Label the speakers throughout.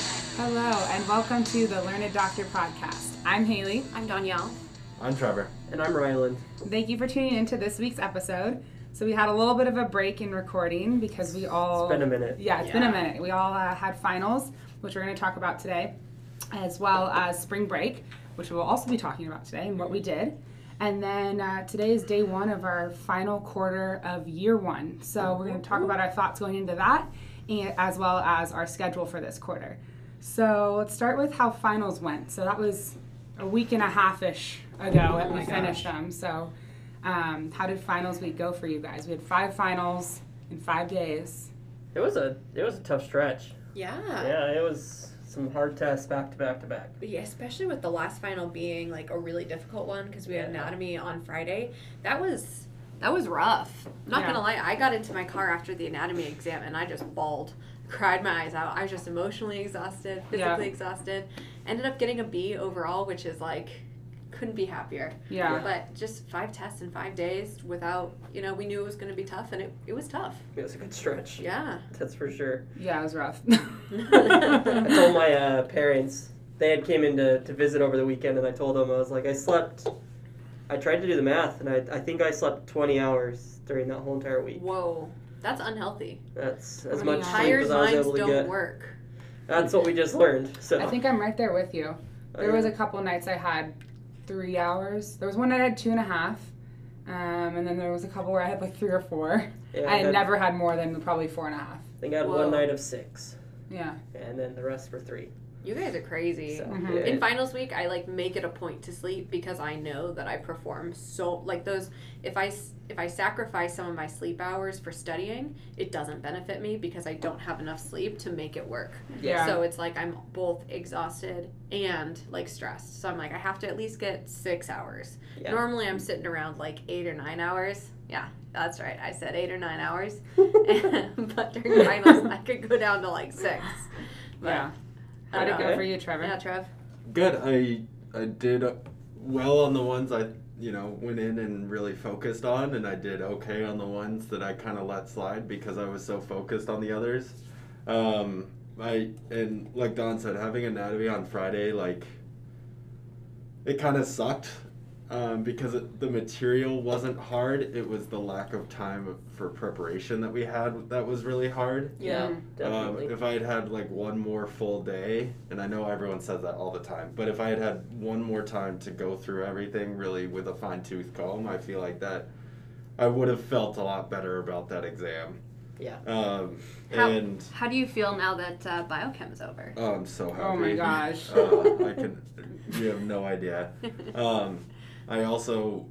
Speaker 1: Hello, and welcome to the Learned Doctor podcast. I'm Haley.
Speaker 2: I'm Danielle.
Speaker 3: I'm Trevor.
Speaker 4: And I'm Ryland.
Speaker 1: Thank you for tuning into this week's episode. So, we had a little bit of a break in recording because we all.
Speaker 4: It's been a minute.
Speaker 1: Yeah, it's been a
Speaker 2: Yeah.
Speaker 1: minute. We all uh, had finals, which we're going to talk about today, as well as spring break, which we'll also be talking about today and what we did. And then uh, today is day one of our final quarter of year one. So, we're going to talk about our thoughts going into that, and, as well as our schedule for this quarter. So, let's start with how finals went. So, that was a week and a half ish ago that we finished them. So, um, how did finals week go for you guys? We had five finals in five days.
Speaker 4: It was a it was a tough stretch.
Speaker 2: Yeah.
Speaker 4: Yeah, it was some hard tests back to back to back.
Speaker 2: Yeah, especially with the last final being like a really difficult one because we had
Speaker 4: Yeah.
Speaker 2: anatomy on Friday. That was that was rough. I'm not
Speaker 1: Yeah.
Speaker 2: gonna lie, I got into my car after the anatomy exam and I just bawled, cried my eyes out. I was just emotionally exhausted, physically exhausted. Ended up getting a B overall, which is like couldn't be happier.
Speaker 1: Yeah.
Speaker 2: But just five tests in five days without you know, we knew it was gonna be tough and it, it was tough.
Speaker 4: It was a good stretch.
Speaker 2: Yeah.
Speaker 4: That's for sure.
Speaker 1: Yeah, it was rough.
Speaker 4: I told my uh, parents they had came in to, to visit over the weekend, and I told them I was like I slept. I tried to do the math, and I, I think I slept 20 hours during that whole entire week.
Speaker 2: Whoa. That's unhealthy.
Speaker 4: That's as
Speaker 1: Wow.
Speaker 4: much sleep
Speaker 2: Tired
Speaker 4: as I was
Speaker 2: minds
Speaker 4: able to
Speaker 2: don't
Speaker 4: get.
Speaker 2: work.
Speaker 4: That's what we just learned. So
Speaker 1: I think I'm right there with you.
Speaker 4: Oh,
Speaker 1: There was a couple nights I had three hours. There was one night I had two and a half. Um, and then there was a couple where I had like three or four. I
Speaker 4: Yeah, that-
Speaker 1: had never had more than probably four and a half.
Speaker 4: I think I had
Speaker 2: Whoa.
Speaker 4: one night of six,
Speaker 1: Yeah.
Speaker 4: and then the rest were three.
Speaker 2: You guys are crazy.
Speaker 4: So,
Speaker 1: Mhm.
Speaker 4: yeah,
Speaker 2: In finals week, I like make it a point to sleep because I know that I perform so like those. If I s- if I sacrifice some of my sleep hours for studying, it doesn't benefit me because I don't have enough sleep to make it work.
Speaker 1: Yeah.
Speaker 2: So it's like I'm both exhausted and like stressed. So I'm like I have to at least get six hours.
Speaker 4: Yeah.
Speaker 2: Normally I'm sitting around like eight or nine hours. Yeah, that's right. I said eight or nine hours. but during finals, I could go down to like six. But,
Speaker 1: yeah.
Speaker 2: I
Speaker 1: How'd it
Speaker 2: don't
Speaker 1: go
Speaker 2: know.
Speaker 1: for you, Trevor?
Speaker 2: Yeah, Trev.
Speaker 3: Good. I I did well on the ones I you know went in and really focused on, and I did okay on the ones that I kind of let slide because I was so focused on the others. Um, I and like Don said, having anatomy on Friday like it kind of sucked. Um, because it, the material wasn't hard, it was the lack of time for preparation that we had that was really hard.
Speaker 4: yeah,
Speaker 1: Mm.
Speaker 4: definitely.
Speaker 3: Um, if I had had like one more full day, and I know everyone says that all the time, but if I had had one more time to go through everything really with a fine tooth comb, I feel like that I would have felt a lot better about that exam.
Speaker 4: Yeah.
Speaker 3: Um,
Speaker 2: How-
Speaker 3: and
Speaker 2: How do you feel now that uh, biochem's over?
Speaker 3: oh, I'm so happy.
Speaker 1: Oh my gosh.
Speaker 3: Uh, I can. You have no idea. Um, I also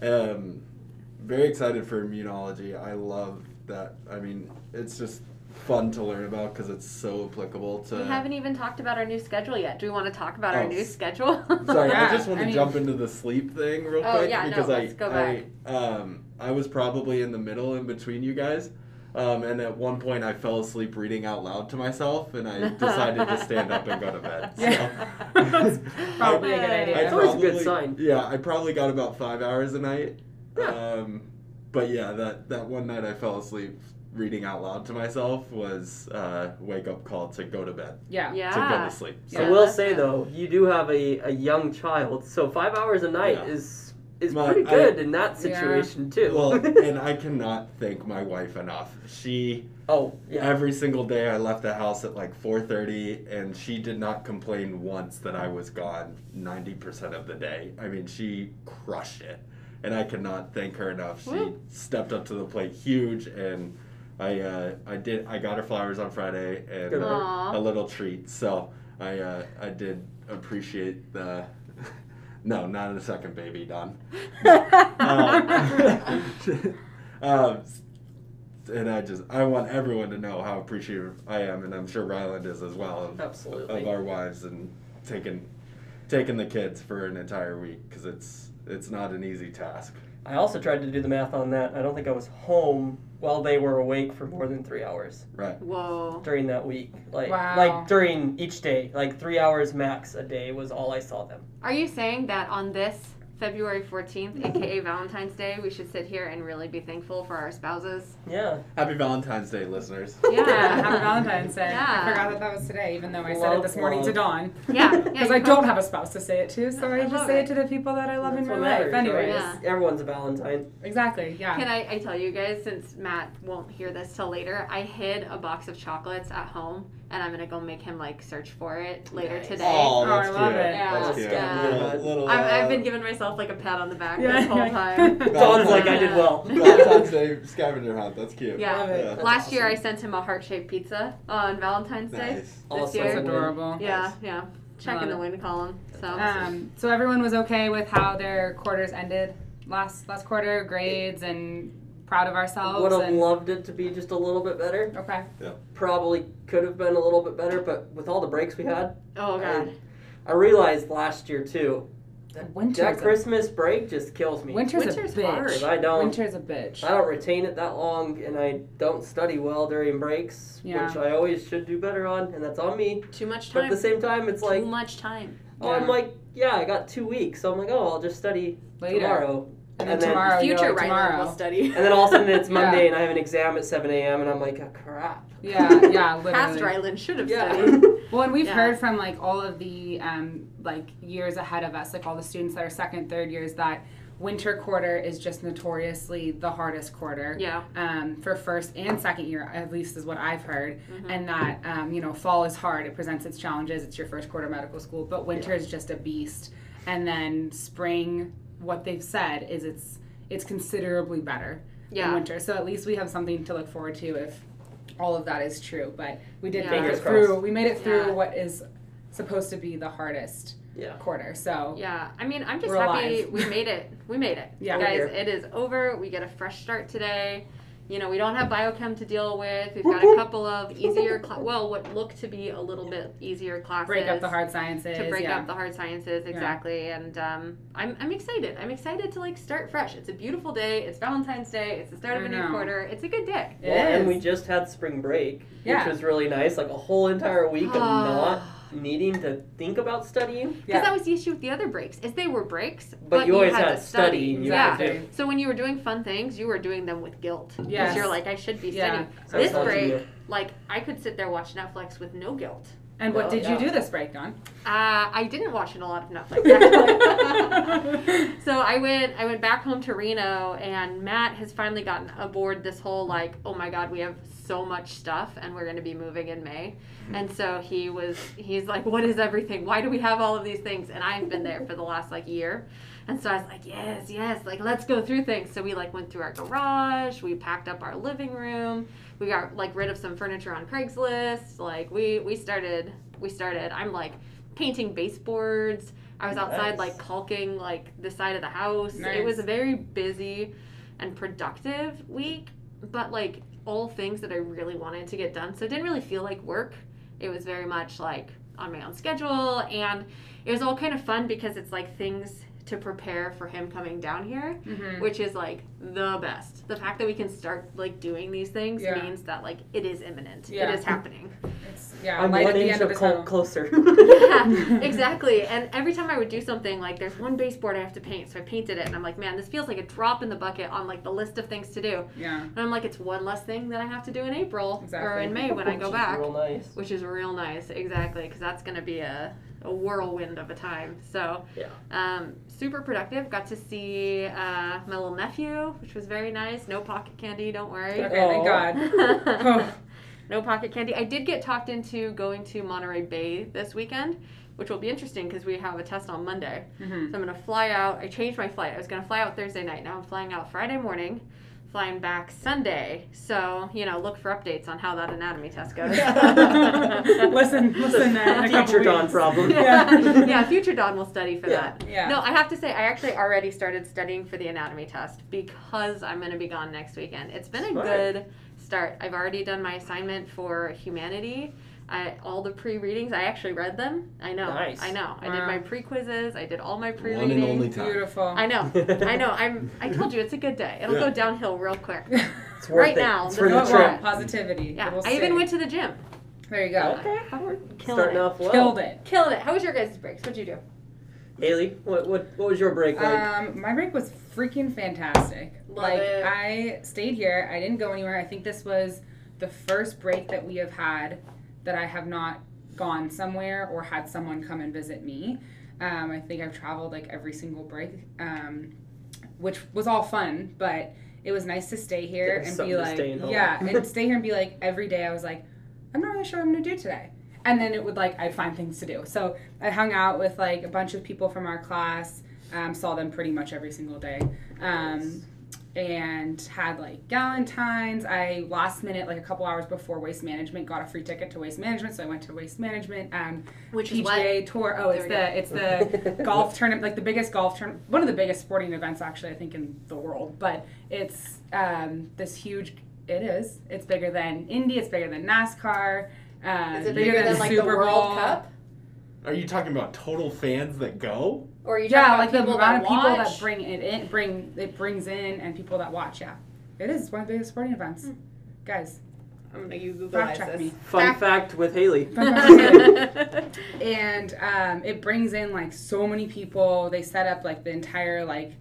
Speaker 3: am very excited for immunology. I love that. I mean, it's just fun to learn about because it's so applicable to.
Speaker 2: we haven't even talked about our new schedule yet. Do we want to talk about our
Speaker 3: uh, Oh,
Speaker 2: new
Speaker 3: s-
Speaker 2: schedule?
Speaker 3: Sorry,
Speaker 1: Yeah,
Speaker 3: I just want
Speaker 1: I
Speaker 3: to
Speaker 1: mean-
Speaker 3: jump into the sleep thing real
Speaker 2: Oh,
Speaker 3: quick
Speaker 2: yeah, no,
Speaker 3: because I,
Speaker 2: let's go
Speaker 3: I, um, I was probably in the middle in between you guys. Um, and at one point, I fell asleep reading out loud to myself, and I decided to stand up and go to bed. So.
Speaker 1: Yeah. That's probably a good idea.
Speaker 3: I
Speaker 4: It's always a good
Speaker 3: probably-
Speaker 4: sign.
Speaker 3: Yeah, I probably got about five hours a night. Um, but yeah, that, that one night I fell asleep reading out loud to myself was uh, wake up call to go to bed
Speaker 1: yeah.
Speaker 3: to go
Speaker 4: Ah.
Speaker 2: yeah.
Speaker 3: to sleep.
Speaker 2: Yeah.
Speaker 4: I will
Speaker 2: that's
Speaker 4: say
Speaker 2: good.
Speaker 4: though, you do have a, a young child, so five hours a night
Speaker 3: Yeah.
Speaker 4: is is
Speaker 3: My-
Speaker 4: pretty
Speaker 3: I-
Speaker 4: good in that
Speaker 1: Yeah.
Speaker 4: situation too.
Speaker 3: Well, and I cannot thank my wife enough. She
Speaker 4: oh yeah,
Speaker 3: every single day I left the house at like 4:30 and she did not complain once that I was gone 90% of the day. I mean, she crushed it. And I cannot thank her enough. She
Speaker 2: Woo.
Speaker 3: stepped up to the plate huge and I uh, I did I got her flowers on Friday and
Speaker 4: Good
Speaker 3: uh,
Speaker 4: work.
Speaker 2: Aw.
Speaker 3: a little treat. So, I uh, I did appreciate the No, not in a second baby, Don. um, um, and I just I want everyone to know how appreciative I am, and I'm sure Ryland is as well of, of
Speaker 4: absolutely.
Speaker 3: our wives and taking taking the kids for an entire week because it's it's not an easy task.
Speaker 4: I also tried to do the math on that. I don't think I was home while they were awake for more than three hours
Speaker 3: Right.
Speaker 2: Whoa.
Speaker 4: during that week. Like
Speaker 1: Wow.
Speaker 4: like during each day, like three hours max a day was all I saw them.
Speaker 2: Are you saying that on this February 14th, aka Valentine's Day, we should sit here and really be thankful for our spouses.
Speaker 4: Yeah.
Speaker 3: Happy Valentine's Day, listeners.
Speaker 1: Yeah, happy Valentine's Day. I
Speaker 2: Yeah.
Speaker 1: forgot that that was today, even though I said it
Speaker 4: Love,
Speaker 1: this morning to
Speaker 4: love.
Speaker 1: Dawn.
Speaker 2: Yeah, yeah,
Speaker 1: Because
Speaker 2: you
Speaker 1: I
Speaker 2: probably-
Speaker 1: don't have a spouse to say it to, so
Speaker 2: I
Speaker 1: I just
Speaker 2: love
Speaker 1: say
Speaker 2: it.
Speaker 1: it to the people that I love in
Speaker 4: That's
Speaker 1: my
Speaker 4: what
Speaker 1: life.
Speaker 4: matters, right?
Speaker 1: Anyways,
Speaker 2: Yeah.
Speaker 4: Everyone's a Valentine.
Speaker 1: exactly. Yeah.
Speaker 2: Can I, I tell you guys, since Matt won't hear this till later, I hid a box of chocolates at home and I'm gonna go make him like search for it later
Speaker 4: Nice.
Speaker 2: today.
Speaker 3: Oh,
Speaker 1: Oh,
Speaker 3: that's
Speaker 1: I
Speaker 3: cute.
Speaker 1: love it.
Speaker 3: That's cute.
Speaker 2: Yeah.
Speaker 3: Little, little,
Speaker 2: I've, I've
Speaker 3: uh,
Speaker 2: been giving myself like a pat on the back
Speaker 1: Yeah.
Speaker 2: this whole time.
Speaker 4: Dawn's like, I did
Speaker 2: Yeah.
Speaker 4: well.
Speaker 3: Valentine's Day scavenger hunt. That's cute.
Speaker 2: Yeah.
Speaker 4: Love it.
Speaker 3: Yeah.
Speaker 4: That's
Speaker 2: Last year I
Speaker 4: awesome.
Speaker 2: sent him a heart shaped pizza on Valentine's Day.
Speaker 3: Nice.
Speaker 4: Awesome.
Speaker 1: That's
Speaker 2: year.
Speaker 1: adorable.
Speaker 2: Yeah, yeah. Checking
Speaker 1: Love
Speaker 2: the
Speaker 1: it.
Speaker 2: win column. So
Speaker 1: Um, so everyone was okay with how their quarters ended last last quarter grades and proud of ourselves.
Speaker 4: Would have
Speaker 1: and,
Speaker 4: loved it to be just a little bit better.
Speaker 1: okay.
Speaker 4: Probably could have been a little bit better, but with all the breaks we had,
Speaker 2: Oh god.
Speaker 4: I realized last year too.
Speaker 1: Winter's
Speaker 4: That
Speaker 1: a-
Speaker 4: Christmas break just kills me.
Speaker 1: Winter's,
Speaker 2: Winter's
Speaker 1: a bitch.
Speaker 2: hard.
Speaker 4: 'Cause I don't.
Speaker 1: Winter's a bitch.
Speaker 4: I don't retain it that long, and I don't study well during breaks,
Speaker 1: Yeah.
Speaker 4: which I always should do better on, and that's on me.
Speaker 2: Too much
Speaker 4: But at
Speaker 2: time.
Speaker 4: the same time, it's like,
Speaker 2: Too much time.
Speaker 4: oh, I'm like, yeah, I got two weeks, so I'm like, oh, I'll just study
Speaker 1: Later.
Speaker 4: tomorrow,
Speaker 1: And then tomorrow, you
Speaker 2: Future
Speaker 1: know,
Speaker 2: Ryland will
Speaker 1: tomorrow.
Speaker 2: study.
Speaker 4: and then all of a sudden it's
Speaker 1: Yeah.
Speaker 4: Monday, and I have an exam at 7 a.m., and I'm like, oh, crap.
Speaker 1: Yeah, yeah, literally.
Speaker 2: Past Ryland should have
Speaker 4: Yeah.
Speaker 2: studied.
Speaker 1: Well, and we've
Speaker 2: Yeah.
Speaker 1: heard from like all of the um, like years ahead of us, like all the students that are second, third years, that winter quarter is just notoriously the hardest quarter.
Speaker 2: Yeah.
Speaker 1: Um, for first and second year, at least is what I've heard,
Speaker 2: Mhm.
Speaker 1: and that um, you know fall is hard. It presents its challenges. It's your first quarter of medical school, but winter is just a beast. And then spring, what they've said is it's it's considerably better in
Speaker 2: Yeah.
Speaker 1: winter. So at least we have something to look forward to if all of that is true. But we did
Speaker 2: Yeah.
Speaker 1: make
Speaker 4: Fingers
Speaker 1: it through.
Speaker 4: crossed.
Speaker 1: We made it through
Speaker 2: Yeah.
Speaker 1: what is supposed to be the hardest
Speaker 4: Yeah.
Speaker 1: quarter. So
Speaker 2: Yeah, I mean, I'm just
Speaker 1: We're
Speaker 2: happy
Speaker 1: alive.
Speaker 2: we made it. We made it.
Speaker 1: Yeah.
Speaker 2: guys,
Speaker 4: We're
Speaker 2: it is over. We get a fresh start today. You know, we don't have biochem to deal with. We've
Speaker 4: Whoop,
Speaker 2: got
Speaker 4: whoop.
Speaker 2: a couple of easier, cla- well, what look to be a little bit easier classes.
Speaker 1: break up the hard sciences.
Speaker 2: To break
Speaker 1: yeah.
Speaker 2: up the hard sciences, exactly. And um, I'm, I'm excited. I'm excited to like start fresh. It's a beautiful day. It's Valentine's Day. It's the start of
Speaker 1: I
Speaker 2: a new
Speaker 1: know.
Speaker 2: quarter. It's a good day.
Speaker 1: It
Speaker 4: Well, and
Speaker 1: is.
Speaker 4: we just had spring break,
Speaker 1: Yeah.
Speaker 4: which was really nice. Like a whole entire week of not
Speaker 2: Ah.
Speaker 4: needing to think about studying,
Speaker 2: Because
Speaker 1: Yeah.
Speaker 2: that was the issue with the other breaks, is they were breaks,
Speaker 4: but, you always had, study. and You had to
Speaker 1: Exactly.
Speaker 4: do.
Speaker 2: So when you were doing fun things, you were doing them with guilt. Because
Speaker 1: Yes.
Speaker 2: you're like, I should be
Speaker 1: Yeah.
Speaker 2: studying.
Speaker 4: So
Speaker 2: this
Speaker 4: it's up to
Speaker 2: break,
Speaker 4: you.
Speaker 2: like, I could sit there watch Netflix with no guilt.
Speaker 1: and what
Speaker 4: Well,
Speaker 1: did
Speaker 4: yeah.
Speaker 1: you do this break, Don?
Speaker 2: Uh, I didn't watch a lot of Netflix, actually.
Speaker 1: yeah.
Speaker 2: so I went, I went back home to Reno, and Matt has finally gotten aboard this whole, like, oh my God, we have so much stuff, and we're going to be moving in May. And so he was, he's like, what is everything? Why do we have all of these things? And I've been there for the last, like, year. And so I was like, yes, yes, like let's go through things. So we like went through our garage, we packed up our living room, we got like rid of some furniture on Craigslist. Like we we started we started. I'm like painting baseboards. I was outside
Speaker 4: Nice.
Speaker 2: like caulking like the side of the house. It was a
Speaker 1: Nice.
Speaker 2: very busy and productive week, but like all things that I really wanted to get done. So it didn't really feel like work. It was very much like on my own schedule and it was all kind of fun because it's like things to prepare for him coming down here,
Speaker 1: Mhm.
Speaker 2: which is like the best. The fact that we can start like doing these things
Speaker 1: Yeah.
Speaker 2: means that like it is imminent.
Speaker 1: Yeah.
Speaker 2: It is happening.
Speaker 1: It's, yeah,
Speaker 4: I'm
Speaker 1: light
Speaker 4: one
Speaker 1: at the
Speaker 4: inch
Speaker 1: end of
Speaker 4: of
Speaker 1: the
Speaker 4: col-
Speaker 1: tunnel.
Speaker 4: closer.
Speaker 2: yeah, exactly. And every time I would do something, like there's one baseboard I have to paint, so I painted it, and I'm like, man, this feels like a drop in the bucket on like the list of things to do.
Speaker 1: Yeah.
Speaker 2: And I'm like, it's one less thing that I have to do in April or
Speaker 1: Exactly.
Speaker 2: in May when I
Speaker 4: Which
Speaker 2: go
Speaker 4: is
Speaker 2: back,
Speaker 4: Real nice.
Speaker 2: which is real nice, exactly, because that's gonna be a, a whirlwind of a time. So,
Speaker 4: Yeah.
Speaker 2: um, super productive. Got to see uh, my little nephew, which was very nice. No pocket candy, don't worry.
Speaker 1: Okay, thank
Speaker 4: Oh.
Speaker 1: God. Oh.
Speaker 2: no pocket candy. I did get talked into going to Monterey Bay this weekend, which will be interesting because we have a test on Monday.
Speaker 1: Mhm.
Speaker 2: So I'm gonna fly out. I changed my flight. I was gonna fly out Thursday night. Now I'm flying out Friday morning, flying back Sunday. So you know, look for updates on how that anatomy test goes.
Speaker 1: Listen, listen. uh, in a couple
Speaker 4: Teacher Don
Speaker 1: weeks.
Speaker 4: problem.
Speaker 2: yeah. future Don will study for
Speaker 4: Yeah.
Speaker 2: that.
Speaker 1: Yeah.
Speaker 2: No, I have to say, I actually already started studying for the anatomy test because I'm going to be gone next weekend. It's been a
Speaker 4: Smart.
Speaker 2: good start. I've already done my assignment for humanity. I, all the pre readings, I actually read them. I know.
Speaker 4: Nice.
Speaker 2: I know. I did
Speaker 1: Wow.
Speaker 2: my pre quizzes. I did all my pre
Speaker 3: One and only
Speaker 2: readings.
Speaker 3: time.
Speaker 1: Beautiful.
Speaker 2: I know. I know. I'm. I told you it's a good day. It'll
Speaker 3: Yeah.
Speaker 2: go downhill real quick.
Speaker 4: It's worth
Speaker 2: Right
Speaker 4: it.
Speaker 2: now,
Speaker 4: It's
Speaker 2: the
Speaker 4: worth
Speaker 1: no,
Speaker 4: the
Speaker 1: it
Speaker 4: trip.
Speaker 1: won't. Positivity.
Speaker 2: Yeah.
Speaker 1: It'll
Speaker 2: I even
Speaker 1: stay.
Speaker 2: went to the gym.
Speaker 1: There you go.
Speaker 4: Okay.
Speaker 2: Killing
Speaker 4: Starting
Speaker 2: it.
Speaker 4: off well.
Speaker 1: Killed it.
Speaker 2: Killing it. How was your guys' breaks? What'd you do?
Speaker 4: Haley, what, what what was your break like?
Speaker 1: Um, my break was freaking fantastic.
Speaker 2: Love
Speaker 1: like
Speaker 2: it.
Speaker 1: I stayed here. I didn't go anywhere. I think this was the first break that we have had that I have not gone somewhere or had someone come and visit me. Um, I think I've traveled like every single break, um, which was all fun, but it was nice to stay
Speaker 4: Yeah,
Speaker 1: here and
Speaker 4: something
Speaker 1: be
Speaker 4: to
Speaker 1: like,
Speaker 4: stay and hold.
Speaker 1: yeah, and stay here and be like every day. I was like, I'm not really sure what I'm gonna do today. And then it would like I'd find things to do. So I hung out with like a bunch of people from our class um, saw them pretty much every single day um, and had like galentine's i last minute like a couple hours before waste management got a free ticket to waste management so i went to waste management um,
Speaker 2: Which is what
Speaker 1: pga tour oh it's
Speaker 2: There we go.
Speaker 1: the it's the golf tournament, like the biggest golf tournament, one of the biggest sporting events actually, I think, in the world. But it's um, this huge. It is. It's bigger than Indy. It's bigger than NASCAR. Uh,
Speaker 2: is it bigger than like the
Speaker 1: Super
Speaker 2: World
Speaker 1: Bowl.
Speaker 2: Cup?
Speaker 3: Are you talking about total fans that go?
Speaker 2: Or are you
Speaker 1: Yeah, like
Speaker 2: talking
Speaker 1: the amount of
Speaker 2: about people that
Speaker 1: people
Speaker 2: watch?
Speaker 1: that bring it in, bring it brings in, and people that watch. Yeah, it is one of the biggest sporting events.
Speaker 2: Hmm.
Speaker 1: Guys,
Speaker 2: I'm gonna you
Speaker 1: fact
Speaker 2: Googleize
Speaker 1: check
Speaker 2: this.
Speaker 1: me.
Speaker 4: Fun
Speaker 1: Fact-
Speaker 4: fact with Haley.
Speaker 1: and um, it brings in like so many people. They set up like the entire like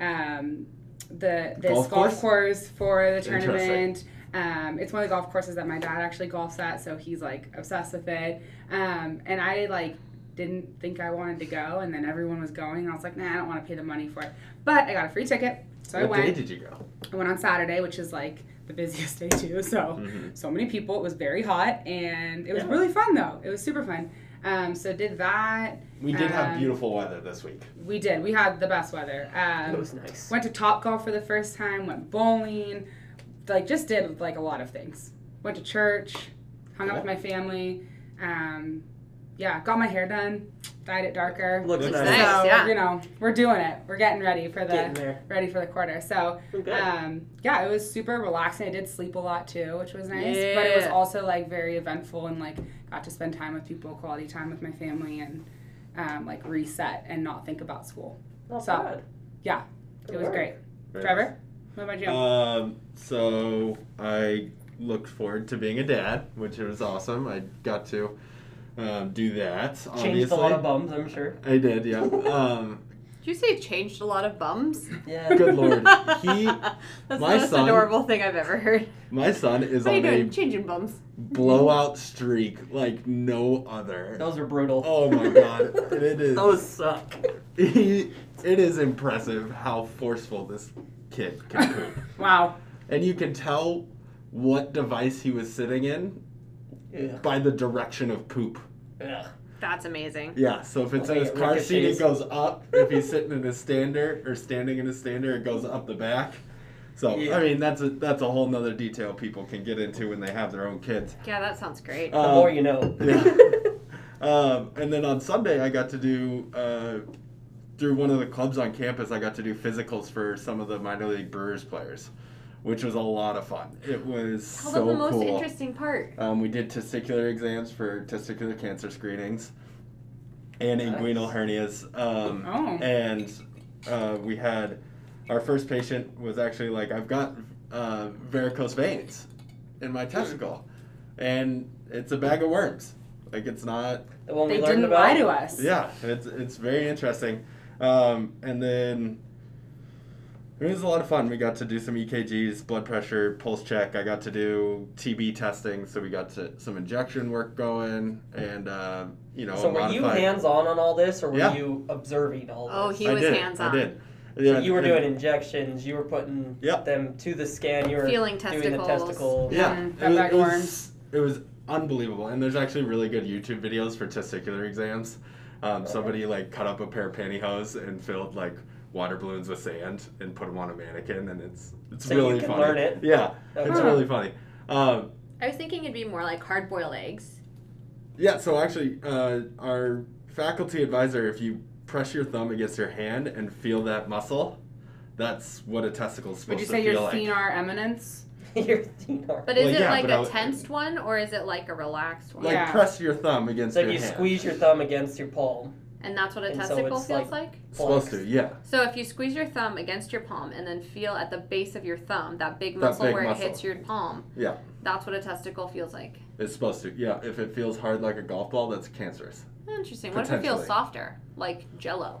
Speaker 1: um, the this golf,
Speaker 3: Golf
Speaker 1: course? for the
Speaker 3: Interesting.
Speaker 1: tournament. Um, it's one of the golf courses that my dad actually golfs at, so he's like obsessed with it. Um, and I like didn't think I wanted to go, and then everyone was going. and I was like, nah, I don't want to pay the money for it. But I got a free ticket, so I
Speaker 3: what
Speaker 1: went.
Speaker 3: day did you go?
Speaker 1: I went on Saturday, which is like the busiest day too. So so many people. It was very hot, and it was
Speaker 4: Mm-hmm. Yeah.
Speaker 1: really fun though. It was super fun. Um, so did that.
Speaker 3: We did
Speaker 1: Um,
Speaker 3: have beautiful weather this week.
Speaker 1: We did. We had the best weather. Um,
Speaker 4: That was nice.
Speaker 1: Went to Top Golf for the first time. Went bowling. Like just did like a lot of things. Went to church. Hung out with my family. Um, yeah, got my hair done. Dyed it darker.
Speaker 4: Looks
Speaker 3: Looks
Speaker 4: nice.
Speaker 2: nice.
Speaker 1: so
Speaker 2: yeah.
Speaker 1: you know we're doing it. We're getting ready for
Speaker 4: Getting
Speaker 1: the
Speaker 4: there.
Speaker 1: ready for the quarter. So
Speaker 4: Okay.
Speaker 1: um, yeah, it was super relaxing. I did sleep a lot too, which was nice. But it was
Speaker 2: Yeah.
Speaker 1: also like very eventful and like got to spend time with people, quality time with my family, and um, like reset and not think about school.
Speaker 4: Not
Speaker 1: so-
Speaker 4: bad.
Speaker 1: yeah,
Speaker 4: Good
Speaker 1: it was
Speaker 4: work.
Speaker 1: great. Trevor, what about you?
Speaker 3: Um, so I looked forward to being a dad, which was awesome. I got to um, do that.
Speaker 4: Changed
Speaker 3: obviously.
Speaker 4: a lot of bums, I'm sure.
Speaker 3: I did, yeah. Um,
Speaker 2: Did you say changed a lot of bums?
Speaker 4: Yeah.
Speaker 3: good lord, he,
Speaker 2: That's
Speaker 3: my
Speaker 2: the most
Speaker 3: son-
Speaker 2: adorable thing I've ever heard.
Speaker 3: my son is
Speaker 2: What are you
Speaker 3: on
Speaker 2: doing?
Speaker 3: a
Speaker 2: Changing bums.
Speaker 3: blowout streak like no other.
Speaker 4: Those are brutal.
Speaker 3: Oh my god, it is.
Speaker 4: Those suck.
Speaker 3: He, it is impressive how forceful this kid can poop.
Speaker 1: wow,
Speaker 3: and you can tell what device he was sitting in
Speaker 4: Yeah.
Speaker 3: by the direction of poop.
Speaker 4: Yeah.
Speaker 2: That's amazing.
Speaker 3: Yeah, so if it's in
Speaker 4: Like
Speaker 3: his
Speaker 4: it
Speaker 3: car seat,
Speaker 4: ricochets.
Speaker 3: it goes up. If he's sitting in a stander or standing in a stander, it goes up the back. So
Speaker 4: Yeah.
Speaker 3: I mean, that's a that's a whole nother detail people can get into when they have their own kids.
Speaker 2: Yeah, that sounds great.
Speaker 3: Uh,
Speaker 4: The more you know.
Speaker 3: Um, yeah. Um, and then on Sunday, I got to do uh, through one of the clubs on campus. I got to do physicals for some of the minor league Brewers players, which was a lot of fun. It was
Speaker 2: Tell
Speaker 3: so
Speaker 2: them the most
Speaker 3: cool.
Speaker 2: interesting part.
Speaker 3: Um, we did testicular exams for testicular cancer screenings and inguinal hernias. Um,
Speaker 1: Oh.
Speaker 3: And uh, we had our first patient was actually like, I've got uh, varicose veins in my testicle, and it's a bag of worms. Like it's not.
Speaker 4: The one we
Speaker 1: they
Speaker 4: learned
Speaker 1: didn't
Speaker 4: about.
Speaker 1: lie to us.
Speaker 3: Yeah, it's it's very interesting. Um, and then it was a lot of fun. We got to do some EKGs, blood pressure, pulse check. I got to do TB testing, so we got to some injection work going, and uh, you know,
Speaker 4: So were you
Speaker 3: modified-
Speaker 4: hands on on all this, or were
Speaker 3: Yeah.
Speaker 4: you observing all this?
Speaker 2: Oh, he
Speaker 3: I
Speaker 2: was
Speaker 3: did,
Speaker 2: hands on.
Speaker 3: I did.
Speaker 4: so you were
Speaker 3: and-
Speaker 4: doing injections. You were putting
Speaker 3: Yep.
Speaker 4: them to the scan. You were
Speaker 2: Feeling
Speaker 4: doing
Speaker 2: testicles.
Speaker 4: the testicle.
Speaker 3: Yeah,
Speaker 1: Mm,
Speaker 3: it
Speaker 1: that
Speaker 3: was-
Speaker 1: bag
Speaker 3: it
Speaker 1: of
Speaker 3: was-
Speaker 1: worms.
Speaker 3: It was unbelievable, and there's actually really good YouTube videos for testicular exams. Um, somebody like cut up a pair of pantyhose and filled like water balloons with sand and put them on a mannequin, and it's it's
Speaker 4: So you
Speaker 3: really
Speaker 4: can
Speaker 3: funny.
Speaker 4: learn it.
Speaker 3: Yeah, it's
Speaker 4: Okay.
Speaker 3: really funny. Um,
Speaker 2: I was thinking it'd be more like hard boiled eggs.
Speaker 3: yeah, so actually, uh, our faculty advisor, if you press your thumb against your hand and feel that muscle, that's what a testicle is
Speaker 1: Would
Speaker 3: supposed
Speaker 1: you
Speaker 3: to
Speaker 1: say
Speaker 3: feel
Speaker 1: you're
Speaker 3: like.
Speaker 1: seeing our eminence?
Speaker 4: Your dinar.
Speaker 2: But is
Speaker 3: Well,
Speaker 2: it
Speaker 3: yeah,
Speaker 2: like
Speaker 3: but
Speaker 2: a
Speaker 3: I'll-
Speaker 2: tensed one or is it like a relaxed one?
Speaker 3: Like
Speaker 1: Yeah.
Speaker 3: press your thumb against
Speaker 4: So
Speaker 3: your
Speaker 4: you
Speaker 3: hand.
Speaker 4: squeeze your thumb against your palm.
Speaker 2: And that's what a
Speaker 4: And so
Speaker 2: testicle
Speaker 4: it's
Speaker 2: feels like?
Speaker 3: Supposed to, yeah.
Speaker 2: So if you squeeze your thumb against your palm and then feel at the base of your thumb, that big
Speaker 3: That
Speaker 2: muscle
Speaker 3: big
Speaker 2: where
Speaker 3: muscle.
Speaker 2: it hits your palm,
Speaker 3: Yeah.
Speaker 2: that's what a testicle feels like.
Speaker 3: It's supposed to. Yeah, if it feels hard like a golf ball, that's cancerous.
Speaker 2: Interesting. What if it feels
Speaker 3: Potentially.
Speaker 2: softer, like Jello?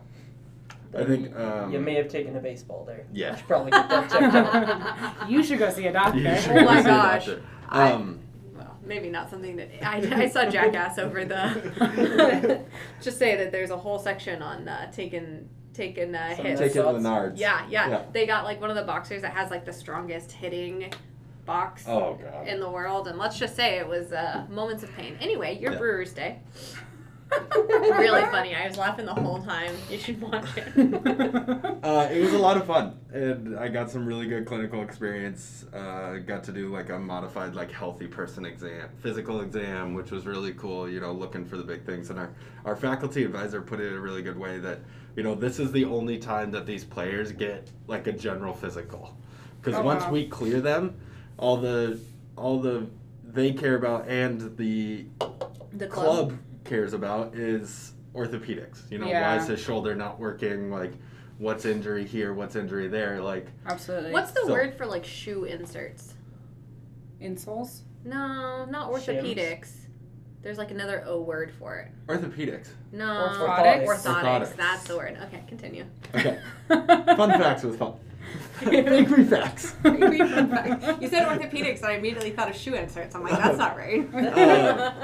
Speaker 3: I think um,
Speaker 4: you may have taken a baseball there. You
Speaker 3: yeah.
Speaker 4: should probably get that checked out.
Speaker 1: you should go see a doctor.
Speaker 3: You should
Speaker 2: Oh
Speaker 3: go
Speaker 2: my
Speaker 3: see a
Speaker 2: gosh.
Speaker 3: doctor.
Speaker 2: I-
Speaker 3: Um,
Speaker 2: Well, maybe not something that I, I saw Jackass over the. just say that there's a whole section on uh, taking taking uh,
Speaker 4: Some
Speaker 2: hits.
Speaker 3: take it
Speaker 4: Assaults.
Speaker 3: Lenards.
Speaker 2: Yeah, yeah,
Speaker 3: Yeah.
Speaker 2: They got like one of the boxers that has like the strongest hitting box
Speaker 3: Oh god.
Speaker 2: in the world, and let's just say it was uh, moments of pain. Anyway, your
Speaker 3: Yeah.
Speaker 2: Brewers Day. really funny. I was laughing the whole time. You should watch it.
Speaker 3: Uh, it was a lot of fun, and I got some really good clinical experience. Uh, got to do like a modified, like healthy person exam, physical exam, which was really cool. You know, looking for the big things, and our our faculty advisor put it in a really good way that you know this is the only time that these players get like a general physical, because
Speaker 1: Oh,
Speaker 3: once
Speaker 1: wow.
Speaker 3: we clear them, all the all the they care about and the
Speaker 2: the club.
Speaker 3: club cares about is orthopedics. You know,
Speaker 1: Yeah.
Speaker 3: why is his shoulder not working? Like, what's injury here? What's injury there? Like,
Speaker 1: Absolutely.
Speaker 2: What's the
Speaker 3: So-
Speaker 2: word for like shoe inserts?
Speaker 1: insoles?
Speaker 2: No, not
Speaker 4: Shims?
Speaker 2: orthopedics. There's like another O word for it.
Speaker 3: orthopedics.
Speaker 2: No,
Speaker 4: Orthotics.
Speaker 2: Orthotics,
Speaker 3: Orthotics.
Speaker 2: That's the word. Okay, continue.
Speaker 3: Okay, fun
Speaker 1: Fun
Speaker 3: facts with fun. Think we facts.
Speaker 2: You said orthopedics, and I immediately thought of shoe inserts. I'm like, that's not right.
Speaker 3: Uh,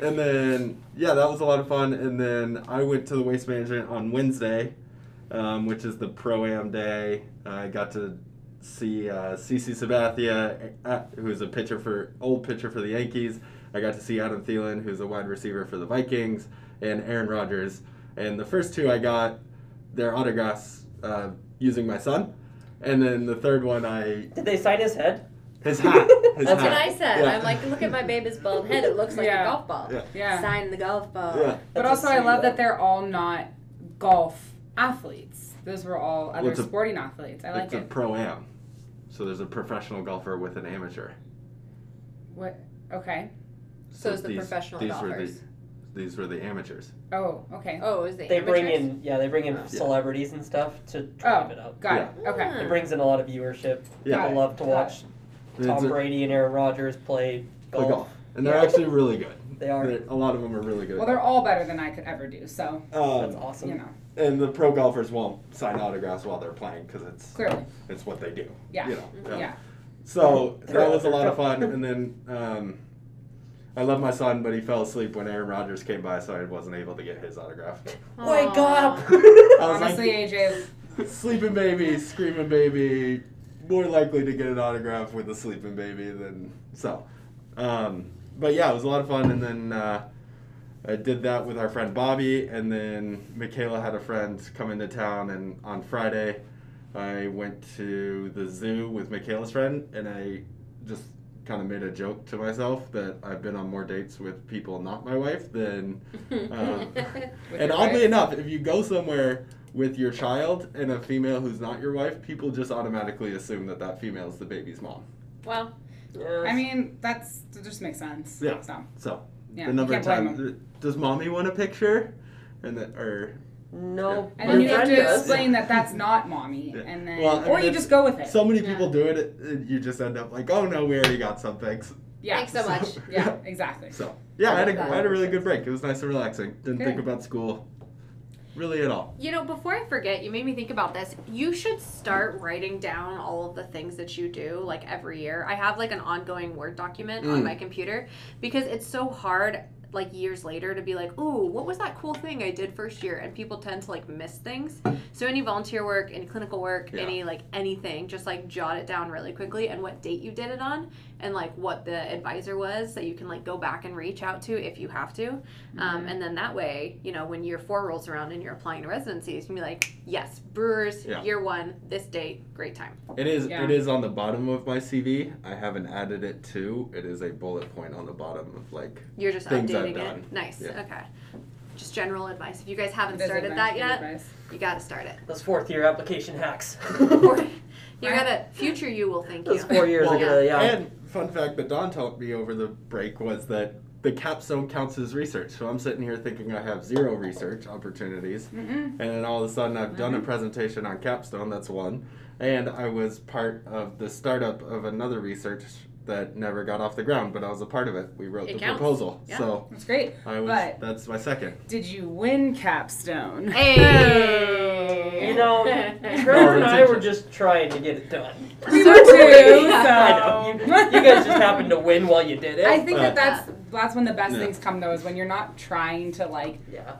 Speaker 3: And then, yeah, that was a lot of fun. And then I went to the waste management on Wednesday, um, which is the pro am day. I got to see uh, CC Sabathia, uh, who's a pitcher for old pitcher for the Yankees. I got to see Adam Thielen, who's a wide receiver for the Vikings, and Aaron Rodgers. And the first two I got their autographs uh, using my son. And then the third one, I
Speaker 4: Did they sign his head?
Speaker 3: his hat. His
Speaker 4: That's
Speaker 2: that's what
Speaker 3: hat.
Speaker 2: I said.
Speaker 3: Yeah.
Speaker 2: I'm like, look at my baby's bald head. It looks like
Speaker 1: Yeah.
Speaker 2: a golf ball.
Speaker 3: Yeah.
Speaker 1: yeah.
Speaker 2: Sign the golf ball.
Speaker 3: Yeah.
Speaker 1: But
Speaker 4: That's a
Speaker 1: also, I
Speaker 4: sweet
Speaker 1: love that
Speaker 4: one.
Speaker 1: they're all not golf athletes. Those were all other
Speaker 3: it's a-
Speaker 1: sporting athletes. I like
Speaker 3: it's a
Speaker 1: it.
Speaker 3: pro am. So there's a professional golfer with an amateur.
Speaker 1: What? Okay.
Speaker 2: So it's the professional
Speaker 3: these Were
Speaker 2: golfers.
Speaker 3: the, these were the amateurs.
Speaker 1: Oh, okay.
Speaker 2: Oh, is the
Speaker 4: They bring
Speaker 2: amateurs?
Speaker 4: in yeah, they bring in
Speaker 2: Yeah.
Speaker 4: celebrities and stuff to drive it up.
Speaker 1: Oh, Got it.
Speaker 2: Ah.
Speaker 1: Okay.
Speaker 4: It brings in a lot of viewership.
Speaker 3: Yeah.
Speaker 4: People love to watch
Speaker 3: It's
Speaker 4: Tom
Speaker 3: a-
Speaker 4: Brady and Aaron Rodgers play
Speaker 3: the
Speaker 4: golf.
Speaker 3: golf. And they're
Speaker 4: Yeah.
Speaker 3: actually really good.
Speaker 4: They are.
Speaker 3: They're- a lot of them are really good.
Speaker 1: Well, they're all better than I could ever do. So
Speaker 4: That's
Speaker 3: um,
Speaker 4: awesome.
Speaker 1: you know,
Speaker 3: and the pro golfers won't sign autographs while they're playing because it's
Speaker 1: clearly,
Speaker 3: it's what they do.
Speaker 1: Yeah.
Speaker 3: You know,
Speaker 1: yeah.
Speaker 3: So
Speaker 4: They're
Speaker 3: that
Speaker 4: all-
Speaker 3: was a lot
Speaker 4: they're
Speaker 3: of fun. And then um, I love my son, but he fell asleep when Aaron Rodgers came by, so I wasn't able to get his autograph.
Speaker 4: Wake
Speaker 2: Aw.
Speaker 4: up!
Speaker 3: I was
Speaker 1: Honestly,
Speaker 3: like,
Speaker 1: AJ,
Speaker 3: sleeping baby, screaming baby, more likely to get an autograph with a sleeping baby than so. Um, but yeah, it was a lot of fun, and then uh, I did that with our friend Bobby, and then Michaela had a friend come into town, and on Friday, I went to the zoo with Michaela's friend, and I just kind of made a joke to myself that I've been on more dates with people not my wife than Um,
Speaker 2: uh,
Speaker 1: with
Speaker 3: and
Speaker 1: your
Speaker 3: oddly
Speaker 1: wife.
Speaker 3: enough, if you go somewhere with your child and a female who's not your wife, people just automatically assume that that female is the baby's mom.
Speaker 2: well,
Speaker 1: I mean, that's that just makes sense.
Speaker 3: Yeah.
Speaker 1: So
Speaker 3: So
Speaker 1: yeah,
Speaker 3: the number
Speaker 1: you
Speaker 3: of
Speaker 1: can't blame them.
Speaker 3: times uh, does mommy want a picture? And that or
Speaker 4: no.
Speaker 1: And then
Speaker 4: my
Speaker 1: you have
Speaker 4: friend
Speaker 1: to
Speaker 4: does.
Speaker 1: explain that that's not mommy,
Speaker 3: Yeah.
Speaker 1: and then
Speaker 3: Well, and
Speaker 1: or you
Speaker 3: it's-
Speaker 1: just go with it.
Speaker 3: so many
Speaker 2: Yeah.
Speaker 3: people do it, and you just end up like, oh no, we already got some thanks.
Speaker 1: yeah.
Speaker 2: thanks so much.
Speaker 1: Yeah. Exactly.
Speaker 3: So yeah, I had a,
Speaker 4: That
Speaker 3: I had a really
Speaker 4: makes
Speaker 3: good break. It was nice and relaxing. Didn't
Speaker 1: Good.
Speaker 3: think about school, really at all.
Speaker 2: You know, before I forget, you made me think about this. You should start writing down all of the things that you do, like every year. I have like an ongoing Word document on
Speaker 3: Mm.
Speaker 2: my computer because it's so hard, like years later, to be like, ooh, what was that cool thing I did first year? And people tend to like miss things. So, any volunteer work, any clinical work,
Speaker 3: Yeah.
Speaker 2: any like anything, just like jot it down really quickly and what date you did it on and like what the advisor was that you can like go back and reach out to if you have to. Um, and then that way, you know, when year four rolls around and you're applying to residencies, you can be like, yes, Brewers,
Speaker 3: Yeah.
Speaker 2: year one, this date, great time.
Speaker 3: It is
Speaker 1: Yeah.
Speaker 3: it is on the bottom of my CV. I haven't added it to. It is a bullet point on the bottom of like
Speaker 2: You're just
Speaker 3: Things I've
Speaker 2: updating
Speaker 3: done.
Speaker 2: it. Nice.
Speaker 3: Yeah.
Speaker 2: Okay. Just general advice. If you guys haven't
Speaker 1: Doesn't
Speaker 2: started
Speaker 1: matter
Speaker 2: that
Speaker 1: for
Speaker 2: yet,
Speaker 1: advice.
Speaker 2: you got to start it.
Speaker 4: Those fourth year application hacks.
Speaker 2: Or you got to, future you will thank you.
Speaker 4: Those four years
Speaker 3: Well,
Speaker 4: ago, yeah.
Speaker 3: And fun fact that Don taught me over the break was that the capstone counts as research. So I'm sitting here thinking I have zero research opportunities,
Speaker 1: Mm-mm.
Speaker 2: Mm-hmm.
Speaker 3: and then all of a sudden I've done a presentation on capstone. That's one, and I was part of the startup of another research that never got off the ground, but I was a part of it. We wrote
Speaker 2: It
Speaker 3: the
Speaker 2: counts.
Speaker 3: proposal.
Speaker 2: Yeah.
Speaker 3: So
Speaker 1: That's great.
Speaker 3: I was
Speaker 1: But-
Speaker 3: that's my second.
Speaker 1: Did you win capstone?
Speaker 2: Hey.
Speaker 4: You know, Trevor and I were just trying to get it done.
Speaker 1: We were too. So.
Speaker 4: I know. You, you guys just happened to win while you did it.
Speaker 1: I think that
Speaker 3: Uh,
Speaker 1: that's that's when the best
Speaker 3: Yeah.
Speaker 1: things come though is when you're not trying to like
Speaker 4: yeah.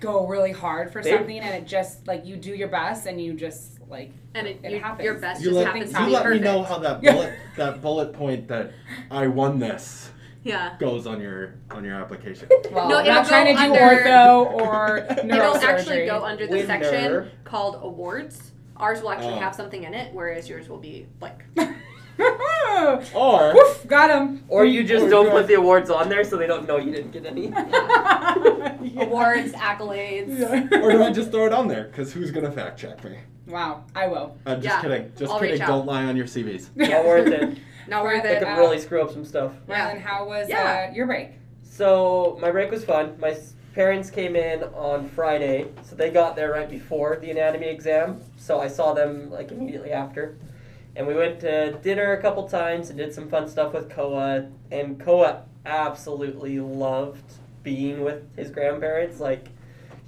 Speaker 1: go really hard for
Speaker 4: They-
Speaker 1: something and it just like you do your best and you just like
Speaker 2: and it,
Speaker 1: It
Speaker 2: you,
Speaker 1: happens.
Speaker 2: your best
Speaker 1: It's
Speaker 3: You
Speaker 2: just
Speaker 1: like-
Speaker 3: let,
Speaker 2: happens
Speaker 1: things
Speaker 2: to
Speaker 3: you
Speaker 2: be
Speaker 3: let me
Speaker 2: perfect.
Speaker 3: know how that
Speaker 1: Yeah.
Speaker 3: bullet that bullet point that I won this
Speaker 2: Yeah.
Speaker 3: goes on your on your application.
Speaker 1: well
Speaker 2: No,
Speaker 1: I'm
Speaker 2: it'll
Speaker 1: not trying to do
Speaker 2: go under-
Speaker 1: ortho or
Speaker 2: It'll
Speaker 1: neurosurgery.
Speaker 2: actually go under the
Speaker 4: Winner.
Speaker 2: section called awards. Ours will actually
Speaker 3: Oh.
Speaker 2: have something in it, whereas yours will be blank.
Speaker 3: Or
Speaker 1: Woof, got him.
Speaker 4: Or you just
Speaker 3: Oh,
Speaker 4: don't
Speaker 3: God.
Speaker 4: put the awards on there so they don't know you didn't get any.
Speaker 1: Yeah.
Speaker 2: Awards, accolades.
Speaker 1: Yeah.
Speaker 3: or do I just throw it on there? Because who's gonna fact check me?
Speaker 1: Wow, I will.
Speaker 3: I'm just
Speaker 2: Yeah,
Speaker 3: kidding. Just
Speaker 2: I'll reach
Speaker 3: kidding.
Speaker 2: out.
Speaker 3: Don't lie on your CVs.
Speaker 4: Not worth it.
Speaker 2: Not
Speaker 1: Right.
Speaker 2: worth
Speaker 4: They
Speaker 2: it.
Speaker 4: could
Speaker 1: Uh,
Speaker 4: really screw up some stuff.
Speaker 2: Yeah.
Speaker 1: Rylan, how was
Speaker 2: Yeah.
Speaker 1: uh, your break?
Speaker 4: So my break was fun. My s- parents came in on Friday, so they got there right before the anatomy exam. So I saw them like immediately after, and we went to dinner a couple times and did some fun stuff with Koa. And Koa absolutely loved being with his grandparents. Like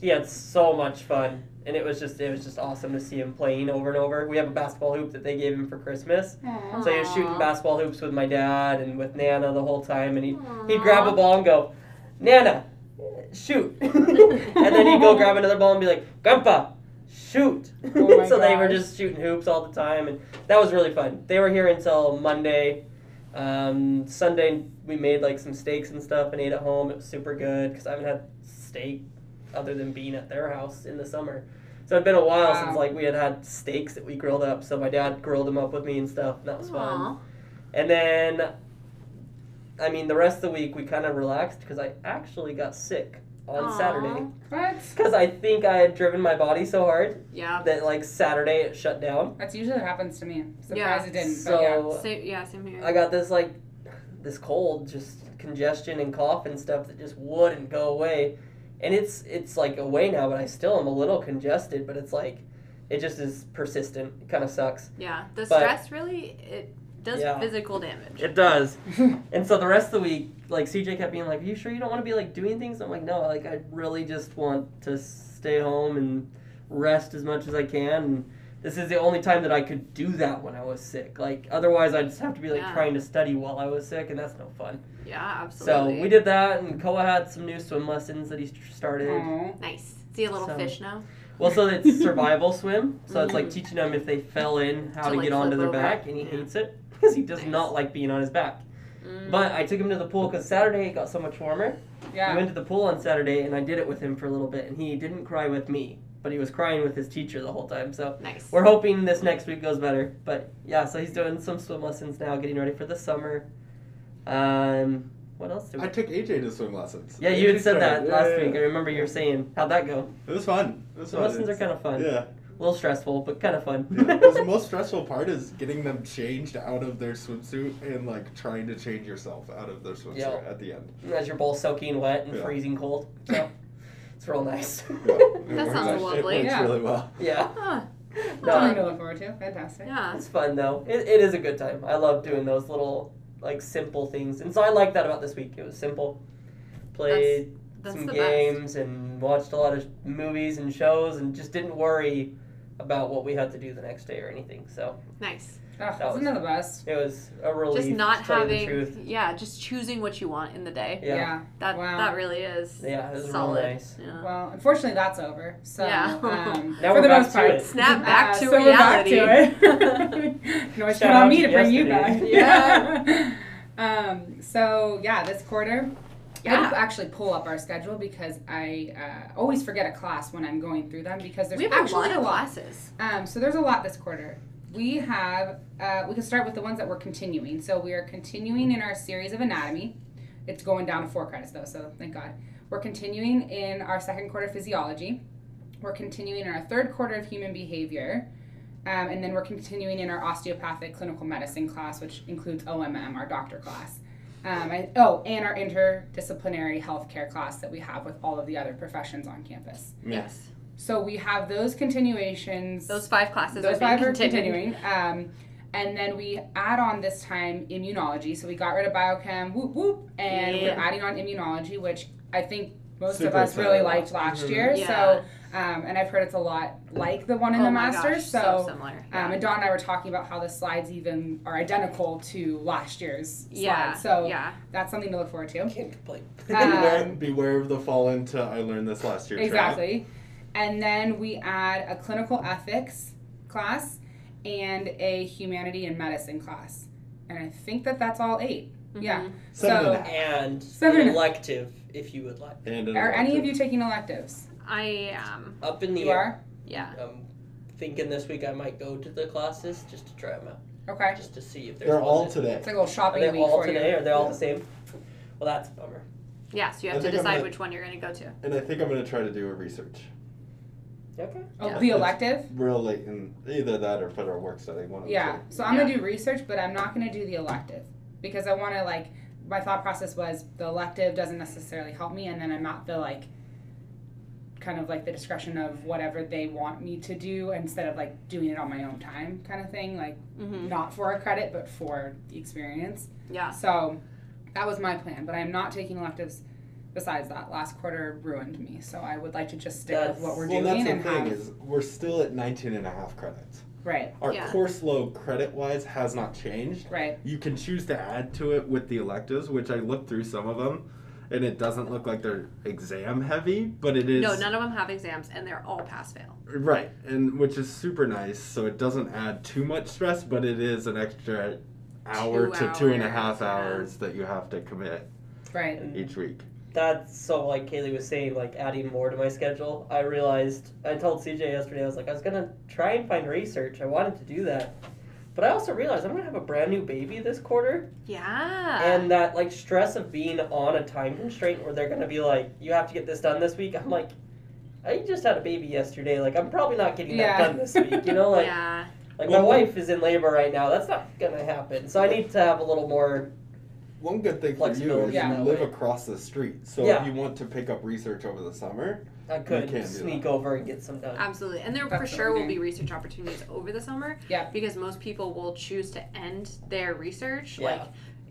Speaker 4: he had so much fun, and it was just it was just awesome to see him playing over and over. We have a basketball hoop that they gave him for Christmas, so he was shooting
Speaker 2: Aw.
Speaker 4: basketball hoops with my dad and with Nana the whole time, and he. He'd
Speaker 2: Aw.
Speaker 4: grab a ball and go, Nana, shoot. and then he'd go grab another ball and be like, Grandpa, shoot.
Speaker 1: Oh my
Speaker 4: so they were
Speaker 1: gosh.
Speaker 4: just shooting hoops all the time. And that was really fun. They were here until Monday. Um, Sunday, we made like some steaks and stuff and ate at home. It was super good because I haven't had steak other than being at their house in the summer. So it'd been a while
Speaker 1: Wow.
Speaker 4: since like we had had steaks that we grilled up. So my dad grilled them up with me and stuff, and that was fun.
Speaker 2: Aw.
Speaker 4: And then, I mean, the rest of the week we kind of relaxed because I actually got sick on
Speaker 2: Aw.
Speaker 4: Saturday
Speaker 1: What?
Speaker 4: because I think I had driven my body so hard
Speaker 2: Yeah.
Speaker 4: that like Saturday it shut down.
Speaker 1: That's usually what happens to me. Surprised
Speaker 2: Yeah,
Speaker 1: it didn't. but yeah.
Speaker 4: so
Speaker 2: Same, yeah, same here.
Speaker 4: I got this like this cold, just congestion and cough and stuff that just wouldn't go away. And it's it's like away now, but I still am a little congested. But it's like it just is persistent. It kind of sucks.
Speaker 2: yeah. The
Speaker 4: but-
Speaker 2: stress really it does
Speaker 4: Yeah.
Speaker 2: physical damage.
Speaker 4: It does. And so the rest of the week, like CJ kept being like, "Are you sure you don't want to be like doing things?" I'm like, "No, like I really just want to stay home and rest as much as I can." And this is the only time that I could do that when I was sick. Like otherwise, I just have to be like
Speaker 2: Yeah.
Speaker 4: trying to study while I was sick, and that's no fun.
Speaker 2: yeah, absolutely.
Speaker 4: So we did that, and Koa had some new swim lessons that he st- started.
Speaker 1: Aw.
Speaker 2: Nice. See a little
Speaker 4: So-
Speaker 2: fish now.
Speaker 4: Well, so it's survival swim. So it's like
Speaker 2: Mhm.
Speaker 4: teaching them if they fell in how
Speaker 2: To,
Speaker 4: to,
Speaker 2: like,
Speaker 4: get onto
Speaker 2: flip
Speaker 4: their
Speaker 2: over.
Speaker 4: back, and he
Speaker 2: Yeah.
Speaker 4: hates it because he does
Speaker 2: Nice.
Speaker 4: not like being on his back.
Speaker 2: Mm.
Speaker 4: But I took him to the pool because Saturday it got so much warmer. We
Speaker 1: Yeah.
Speaker 4: went to the pool on Saturday, and I did it with him for a little bit, and he didn't cry with me, but he was crying with his teacher the whole time. So
Speaker 2: nice.
Speaker 4: we're hoping this next week goes better. But yeah, so he's doing some swim lessons now, getting ready for the summer. Um, what else did we?
Speaker 3: I took AJ to swim lessons.
Speaker 4: yeah, you had
Speaker 3: AJ
Speaker 4: said that
Speaker 3: started.
Speaker 4: last
Speaker 3: Yeah, yeah,
Speaker 4: week. I
Speaker 3: yeah.
Speaker 4: remember you were saying how'd that go?
Speaker 3: It was fun. It was
Speaker 4: Swim
Speaker 3: fun.
Speaker 4: lessons are kind of fun,
Speaker 3: Yeah.
Speaker 4: a little stressful, but kind of fun.
Speaker 3: Yeah, 'cause the most stressful part is getting them changed out of their swimsuit and like trying to change yourself out of their swimsuit
Speaker 4: Yeah.
Speaker 3: at the end.
Speaker 4: As you're both soaking wet and
Speaker 3: Yeah.
Speaker 4: freezing cold, so it's real nice.
Speaker 3: Yeah, it
Speaker 2: That
Speaker 3: works
Speaker 2: sounds
Speaker 3: out-
Speaker 2: lovely.
Speaker 3: It works
Speaker 1: Yeah.
Speaker 3: really well.
Speaker 4: yeah,
Speaker 2: Huh,
Speaker 4: no,
Speaker 1: Something
Speaker 4: I-
Speaker 1: to look forward to. Fantastic.
Speaker 2: Ah, yeah.
Speaker 4: It's fun though. It, it is a good time. I love doing those little like simple things, and so I like that about this week. It was simple. Played
Speaker 2: That's
Speaker 4: some
Speaker 2: the best.
Speaker 4: games and watched a lot of movies and shows, and just didn't worry about what we had to do the next day or anything. So
Speaker 2: Nice.
Speaker 1: Ugh,
Speaker 4: That was-
Speaker 1: isn't that the best?
Speaker 4: it was a relief.
Speaker 2: Just not
Speaker 4: to tell you
Speaker 2: having
Speaker 4: The truth.
Speaker 2: yeah, just choosing what you want in the day.
Speaker 4: Yeah.
Speaker 2: That
Speaker 1: Wow.
Speaker 2: that really is
Speaker 4: Yeah, it was
Speaker 2: solid.
Speaker 4: real nice.
Speaker 2: Yeah.
Speaker 1: Well, unfortunately, that's over. So,
Speaker 2: Yeah.
Speaker 1: um,
Speaker 4: Now
Speaker 1: for
Speaker 4: we're
Speaker 1: the
Speaker 4: back
Speaker 1: most
Speaker 4: to
Speaker 1: part,
Speaker 4: it.
Speaker 2: Snap
Speaker 1: Uh,
Speaker 2: back to
Speaker 1: so we're back
Speaker 2: reality.
Speaker 1: to it. you can always
Speaker 4: Shout
Speaker 1: count on
Speaker 4: out
Speaker 1: me
Speaker 4: to
Speaker 1: to bring you back.
Speaker 4: yesterday.
Speaker 1: Yeah. um, so yeah, this quarter, I had
Speaker 2: Yeah.
Speaker 1: to actually pull up our schedule because I uh, always forget a class when I'm going through them because there's
Speaker 2: We have
Speaker 1: actually
Speaker 2: a lot of classes.
Speaker 1: Um, so there's a lot this quarter. We have, uh, we can start with the ones that we're continuing. So we are continuing in our series of anatomy. It's going down to four credits though, so thank God. We're continuing in our second quarter physiology. We're continuing in our third quarter of human behavior. Um, and then we're continuing in our osteopathic clinical medicine class, which includes OMM, our doctor class. Um, and, oh, and our interdisciplinary healthcare class that we have with all of the other professions on campus.
Speaker 2: Yes.
Speaker 1: So we have those continuations
Speaker 2: Those five classes
Speaker 1: those
Speaker 2: are being
Speaker 1: five are
Speaker 2: continued.
Speaker 1: continuing. Um, And then we add on this time immunology. So we got rid of biochem, whoop whoop, and we're
Speaker 2: Yeah.
Speaker 1: adding on immunology, which I think most of
Speaker 3: Super
Speaker 1: us really
Speaker 3: excited about.
Speaker 1: liked last
Speaker 4: Mhm.
Speaker 1: year.
Speaker 2: Yeah.
Speaker 1: So, um, and I've heard it's a lot like the one in
Speaker 2: oh
Speaker 1: the
Speaker 2: my
Speaker 1: Masters.
Speaker 2: gosh, similar.
Speaker 1: Um, and Dawn and I were talking about how the slides even are identical to last year's
Speaker 2: yeah.
Speaker 1: slides. So
Speaker 2: yeah.
Speaker 1: that's something to look forward to.
Speaker 4: Can't complain.
Speaker 1: Uh,
Speaker 3: beware, beware of the fall into I learned this last year. trap.
Speaker 1: Exactly. And then we add a clinical ethics class and a humanity and medicine class. And I think that that's all 8 Yeah.
Speaker 3: Seven and a
Speaker 1: So,
Speaker 3: half.
Speaker 4: and
Speaker 1: Seven
Speaker 4: an
Speaker 1: and a-
Speaker 4: elective, if you would like.
Speaker 3: And an
Speaker 1: are any of
Speaker 3: elective.
Speaker 1: you taking electives?
Speaker 2: I am.
Speaker 4: Up in the
Speaker 1: You
Speaker 4: air.
Speaker 1: are?
Speaker 2: Yeah.
Speaker 4: I'm thinking this week I might go to the classes just to try them out,
Speaker 1: Okay.
Speaker 4: just to see if there's.
Speaker 3: They're
Speaker 4: one
Speaker 3: all
Speaker 4: that-
Speaker 3: today.
Speaker 1: It's like a little
Speaker 4: Are
Speaker 1: shopping
Speaker 4: they
Speaker 1: week
Speaker 4: all
Speaker 1: for
Speaker 4: today?
Speaker 1: you.
Speaker 4: Are they all
Speaker 3: Yeah.
Speaker 4: the same? Well, that's a bummer.
Speaker 2: Yeah. So you
Speaker 3: I
Speaker 2: have to
Speaker 3: think I'm
Speaker 2: decide
Speaker 3: gonna-
Speaker 2: which one you're going to go to.
Speaker 3: And I think I'm gonna try to do a research.
Speaker 4: Okay.
Speaker 1: Oh,
Speaker 2: Yeah.
Speaker 1: The elective?
Speaker 3: Real late in either that or federal work study. One of
Speaker 1: Yeah.
Speaker 3: the
Speaker 1: So I'm
Speaker 2: Yeah.
Speaker 1: gonna do research, but I'm not gonna do the elective because I wanna like my thought process was the elective doesn't necessarily help me and then I'm at the like kind of like the discretion of whatever they want me to do instead of like doing it on my own time kind of thing. Like
Speaker 2: Mm-hmm.
Speaker 1: not for a credit but for the experience.
Speaker 2: Yeah.
Speaker 1: So that was my plan, but I'm not taking electives besides that. Last quarter ruined me. So I would like to just stick with what we're
Speaker 3: two. Well,
Speaker 1: doing
Speaker 3: that's the
Speaker 1: and
Speaker 3: thing
Speaker 1: have
Speaker 3: is we're still at 19 and a half credits.
Speaker 1: Right,
Speaker 3: Our
Speaker 2: Yeah.
Speaker 3: course load credit wise has not changed.
Speaker 1: right.
Speaker 3: You can choose to add to it with the electives, which I looked through some of them, and it doesn't look like they're exam heavy, but it is
Speaker 2: No, none of them have exams, and they're all pass fail.
Speaker 3: right, and which is super nice. So it doesn't add too much stress, but it is an extra hour
Speaker 2: Two
Speaker 3: to two and a
Speaker 2: hours,
Speaker 3: half
Speaker 2: yeah.
Speaker 3: hours that you have to commit
Speaker 1: Right.
Speaker 4: And
Speaker 3: each week.
Speaker 4: that's so like Kaylee was saying, like adding more to my schedule. I realized I told CJ yesterday I was like I was gonna try and find research. I wanted to do that, but I also realized I'm gonna have a brand new baby this quarter.
Speaker 2: Yeah.
Speaker 4: and that like stress of being on a time constraint where they're gonna be like you have to get this done this week i'm like i just had a baby yesterday like i'm probably not getting
Speaker 1: Yeah.
Speaker 4: that done this week you know like
Speaker 2: yeah.
Speaker 4: like my
Speaker 3: Well-
Speaker 4: wife is in labor right now that's not gonna happen so i need to have a little more
Speaker 3: One good thing for you is
Speaker 4: Flexibility
Speaker 1: Yeah.
Speaker 3: you
Speaker 4: that
Speaker 3: live
Speaker 4: way.
Speaker 3: across the street, so
Speaker 4: Yeah.
Speaker 3: if you want to pick up research over the summer,
Speaker 4: i could
Speaker 3: can do
Speaker 4: sneak over and get some done
Speaker 2: Absolutely. And there for
Speaker 1: That's what
Speaker 2: sure
Speaker 1: we
Speaker 2: will
Speaker 1: do.
Speaker 2: be research opportunities over the summer.
Speaker 1: Yeah.
Speaker 2: Because most people will choose to end their research
Speaker 4: Yeah.
Speaker 2: like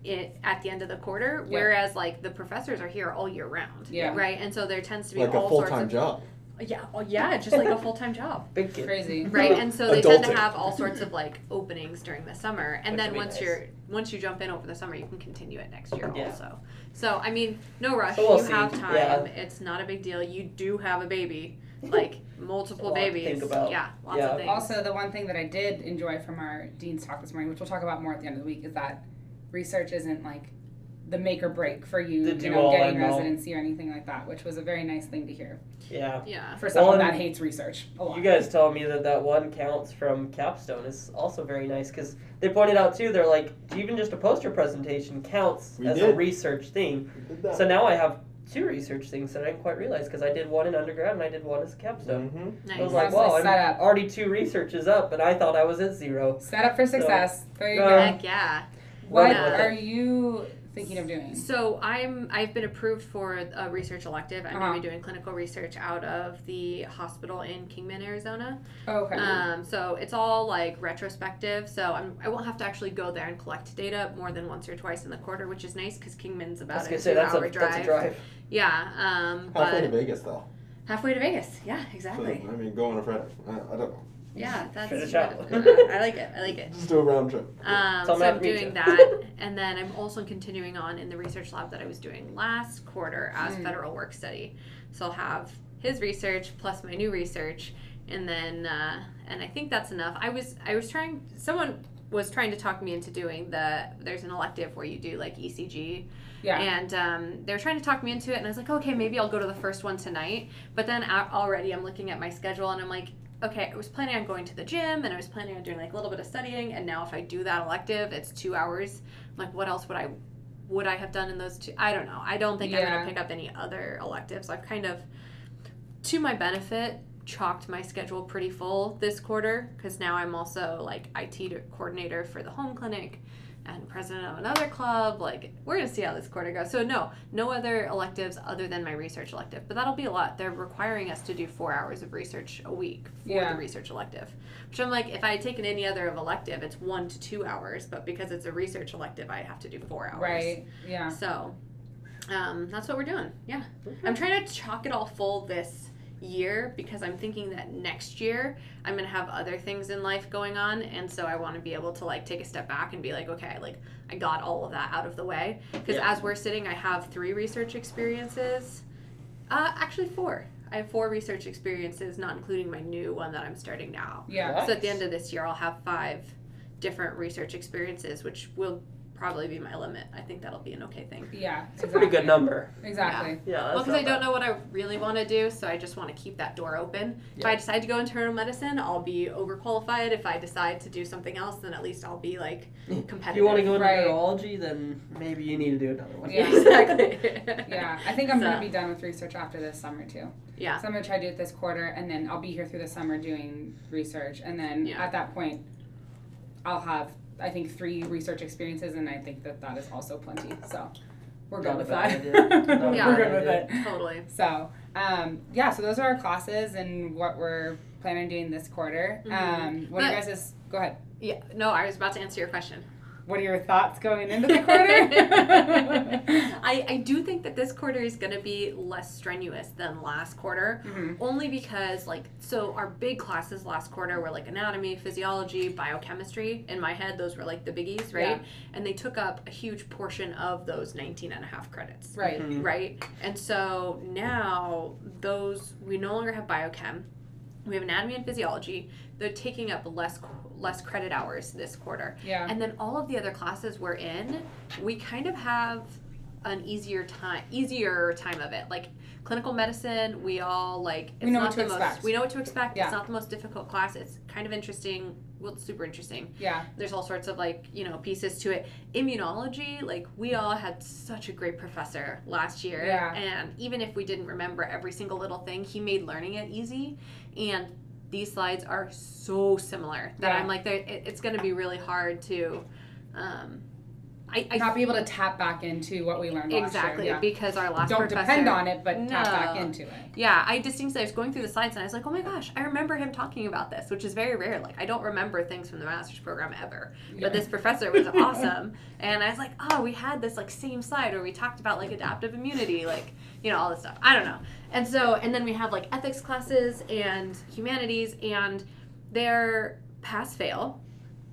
Speaker 2: it at the end of the quarter,
Speaker 1: Yeah.
Speaker 2: whereas like the professors are here all year round.
Speaker 1: Yeah.
Speaker 2: Right. And so there tends to be
Speaker 3: like a
Speaker 2: all
Speaker 3: full
Speaker 2: sorts
Speaker 3: time
Speaker 2: of
Speaker 3: job.
Speaker 2: Yeah, oh, yeah, just like a full time job.
Speaker 4: big kid
Speaker 1: Crazy.
Speaker 2: Right. And so they tend to
Speaker 3: Adulting.
Speaker 2: have all sorts of like openings during the summer. And
Speaker 4: Which
Speaker 2: then
Speaker 4: would be
Speaker 2: once
Speaker 4: nice.
Speaker 2: you're once you jump in over the summer you can continue it next year
Speaker 4: Yeah.
Speaker 2: also. So I mean, no rush.
Speaker 4: So we'll
Speaker 2: you
Speaker 4: see.
Speaker 2: have time.
Speaker 4: Yeah.
Speaker 2: It's not a big deal. You do have a baby. Like multiple
Speaker 4: lot to
Speaker 2: babies.
Speaker 4: think about.
Speaker 2: Yeah, lots
Speaker 4: Yeah.
Speaker 2: of things.
Speaker 1: Also, the one thing that I did enjoy from our dean's talk this morning, which we'll talk about more at the end of the week, is that research isn't like the make or break for you,
Speaker 4: To
Speaker 1: you
Speaker 4: do
Speaker 1: know,
Speaker 4: all
Speaker 1: getting
Speaker 4: and all.
Speaker 1: residency or anything like that, which was a very nice thing to hear
Speaker 4: yeah
Speaker 2: yeah.
Speaker 1: for someone
Speaker 4: Well,
Speaker 1: that hates research a lot.
Speaker 4: you guys telling me that that one counts from capstone is also very nice because they pointed out too they're like even just a poster presentation counts
Speaker 3: We
Speaker 4: as a
Speaker 3: did.
Speaker 4: research thing So now I have two research things that I didn't quite realize because I did one in undergrad and I did one as a capstone.
Speaker 3: hmm
Speaker 2: Nice.
Speaker 4: I was like,
Speaker 1: Nicely
Speaker 4: wow,
Speaker 1: set
Speaker 4: I'm
Speaker 1: up.
Speaker 4: already two researches up, and I thought I was at zero.
Speaker 1: Set up for success. there you
Speaker 4: No.
Speaker 1: go.
Speaker 2: Heck yeah.
Speaker 1: What
Speaker 4: Running uh, with
Speaker 1: are
Speaker 4: it.
Speaker 1: you thinking of doing?
Speaker 2: So I'm I've been approved for a research elective. I'm gonna be doing clinical research out of the hospital in Kingman, Arizona.
Speaker 1: Okay.
Speaker 2: Um, so it's all like retrospective. So I'm, I won't have to actually go there and collect data more than once or twice in the quarter, which is nice because Kingman's
Speaker 4: I was
Speaker 2: about
Speaker 4: gonna
Speaker 2: a
Speaker 4: say
Speaker 2: two
Speaker 4: that's a,
Speaker 2: hour drive.
Speaker 4: that's a drive.
Speaker 2: Yeah. Um,
Speaker 3: Halfway to
Speaker 2: but
Speaker 3: Vegas though.
Speaker 2: halfway to Vegas. Yeah,
Speaker 3: So,
Speaker 2: exactly.
Speaker 3: I mean, go on a Friday. I, I don't know.
Speaker 2: Yeah, that's.
Speaker 4: Finish out.
Speaker 2: I like it. I like it.
Speaker 3: Just do a round trip.
Speaker 2: Um,
Speaker 4: Tell
Speaker 2: so
Speaker 4: me how
Speaker 2: I'm
Speaker 4: to meet
Speaker 2: doing
Speaker 4: you.
Speaker 2: that, and then I'm also continuing on in the research lab that I was doing last quarter as
Speaker 1: Mm.
Speaker 2: federal work study. So I'll have his research plus my new research, and then uh, and I think that's enough. I was I was trying someone was trying to talk me into doing the there's an elective where you do like E ECG
Speaker 1: yeah.
Speaker 2: and um, they were trying to talk me into it, and I was like, okay, maybe I'll go to the first one tonight. But then I, already I'm looking at my schedule, and I'm like, okay, I was planning on going to the gym, and I was planning on doing like a little bit of studying, and now if I do that elective, it's two hours. I'm like, what else would I would I have done in those two? I don't know. I don't think I'm
Speaker 1: Yeah.
Speaker 2: gonna pick up any other electives. I've kind of, to my benefit, chalked my schedule pretty full this quarter because now I'm also like IT coordinator for the home clinic. and president of another club. Like, we're going to see how this quarter goes. So, no, no other electives other than my research elective, but that'll be a lot. They're requiring us to do four hours of research a week for
Speaker 1: Yeah.
Speaker 2: the research elective, which I'm like, if I had taken any other of elective, it's one to two hours, but because it's a research elective, I have to do four hours.
Speaker 1: Right. Yeah.
Speaker 2: So, um, that's what we're doing. Yeah. I'm trying to chalk it all full this year because I'm thinking that next year I'm gonna have other things in life going on, and so I want to be able to like take a step back and be like, okay, like I got all of that out of the way. Because
Speaker 4: Yeah.
Speaker 2: as we're sitting, I have three research experiences. Uh, actually, four. I have four research experiences, not including my new one that I'm starting now.
Speaker 1: Yeah.
Speaker 4: Nice.
Speaker 2: So at the end of this year, I'll have five different research experiences, which will probably be my limit. I think that'll be an okay thing.
Speaker 1: Yeah.
Speaker 4: It's a pretty good number.
Speaker 1: Exactly.
Speaker 4: Yeah.
Speaker 2: Well,
Speaker 4: that's
Speaker 2: because I
Speaker 4: not
Speaker 2: don't know what I really want to do, so I just want to keep that door open. If I
Speaker 4: Yeah.
Speaker 2: decide to go internal medicine, I'll be overqualified. If I decide to do something else, then at least I'll be like
Speaker 4: If bad. If
Speaker 2: competitive.
Speaker 4: Mm. you want to go into
Speaker 1: Right.
Speaker 4: neurology, then maybe you need to do another one.
Speaker 1: Yeah.
Speaker 2: exactly.
Speaker 1: Yeah. I think I'm
Speaker 2: So-
Speaker 1: gonna be done with research after this summer too.
Speaker 2: Yeah.
Speaker 1: So I'm gonna try to do it this quarter, and then I'll be here through the summer doing research, and then
Speaker 2: Yeah.
Speaker 1: at that point, I'll have I think three research experiences, and I think that that is also plenty. So we're good
Speaker 4: Not a
Speaker 1: with
Speaker 4: bad
Speaker 1: that.
Speaker 4: idea. Not a
Speaker 1: we're
Speaker 2: bad
Speaker 1: good with
Speaker 4: idea.
Speaker 1: it.
Speaker 2: Totally.
Speaker 1: So um, yeah, so those are our classes and what we're planning on doing this quarter. Um, what are you
Speaker 2: Mm-hmm. But-
Speaker 1: guys? Go ahead.
Speaker 2: Yeah. No, I was about to answer your question.
Speaker 1: What are your thoughts going into the quarter?
Speaker 2: I, I do think that this quarter is going to be less strenuous than last quarter,
Speaker 1: Mhm.
Speaker 2: only because like so our big classes last quarter were like anatomy, physiology, biochemistry. In my head, those were like the biggies, right? And they took up a huge portion of those 19 and a half credits
Speaker 1: right.
Speaker 4: Mhm.
Speaker 2: right? And so now those we no longer have biochem. We have anatomy and physiology. They're taking up less less credit hours this quarter.
Speaker 1: Yeah.
Speaker 2: And then all of the other classes we're in, we kind of have an easier time easier time of it. Like clinical medicine, we all like it's
Speaker 1: We know
Speaker 2: not
Speaker 1: what to
Speaker 2: the
Speaker 1: expect.
Speaker 2: most we know what to expect.
Speaker 1: Yeah.
Speaker 2: It's not the most difficult class. It's kind of interesting. Well, it's super interesting
Speaker 1: yeah.
Speaker 2: there's all sorts of like you know pieces to it immunology like we all had such a great professor last year
Speaker 1: Yeah.
Speaker 2: and even if we didn't remember every single little thing he made learning it easy and these slides are so similar that
Speaker 1: Yeah.
Speaker 2: i'm like they're- it, it's going to be really hard to um i, I
Speaker 1: Not be able to tap back into what we learned
Speaker 2: exactly
Speaker 1: last year.
Speaker 2: because our
Speaker 1: Yeah.
Speaker 2: last
Speaker 1: Don't
Speaker 2: professor
Speaker 1: depend on it, but tap back
Speaker 2: No.
Speaker 1: into it.
Speaker 2: yeah, I distinctly I was going through the slides and I was like, oh my gosh, I remember him talking about this, which is very rare. Like I don't remember things from the master's program ever,
Speaker 1: Yeah.
Speaker 2: but this professor was awesome, and I was like, oh, we had this like same slide where we talked about like adaptive immunity, like you know all this stuff. I don't know, and so and then we have like ethics classes and humanities, and they're pass fail,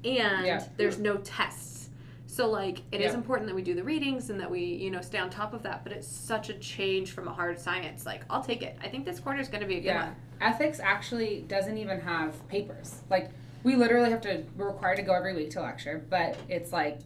Speaker 2: and
Speaker 1: Yeah.
Speaker 2: there's no tests. So like it is
Speaker 1: Yeah.
Speaker 2: important that we do the readings and that we you know stay on top of that, but it's such a change from a hard science. Like I'll take it. I think this quarter is going to be a good
Speaker 1: Yeah.
Speaker 2: one.
Speaker 1: Ethics actually doesn't even have papers. Like we literally have to we're required to go every week to lecture, but it's like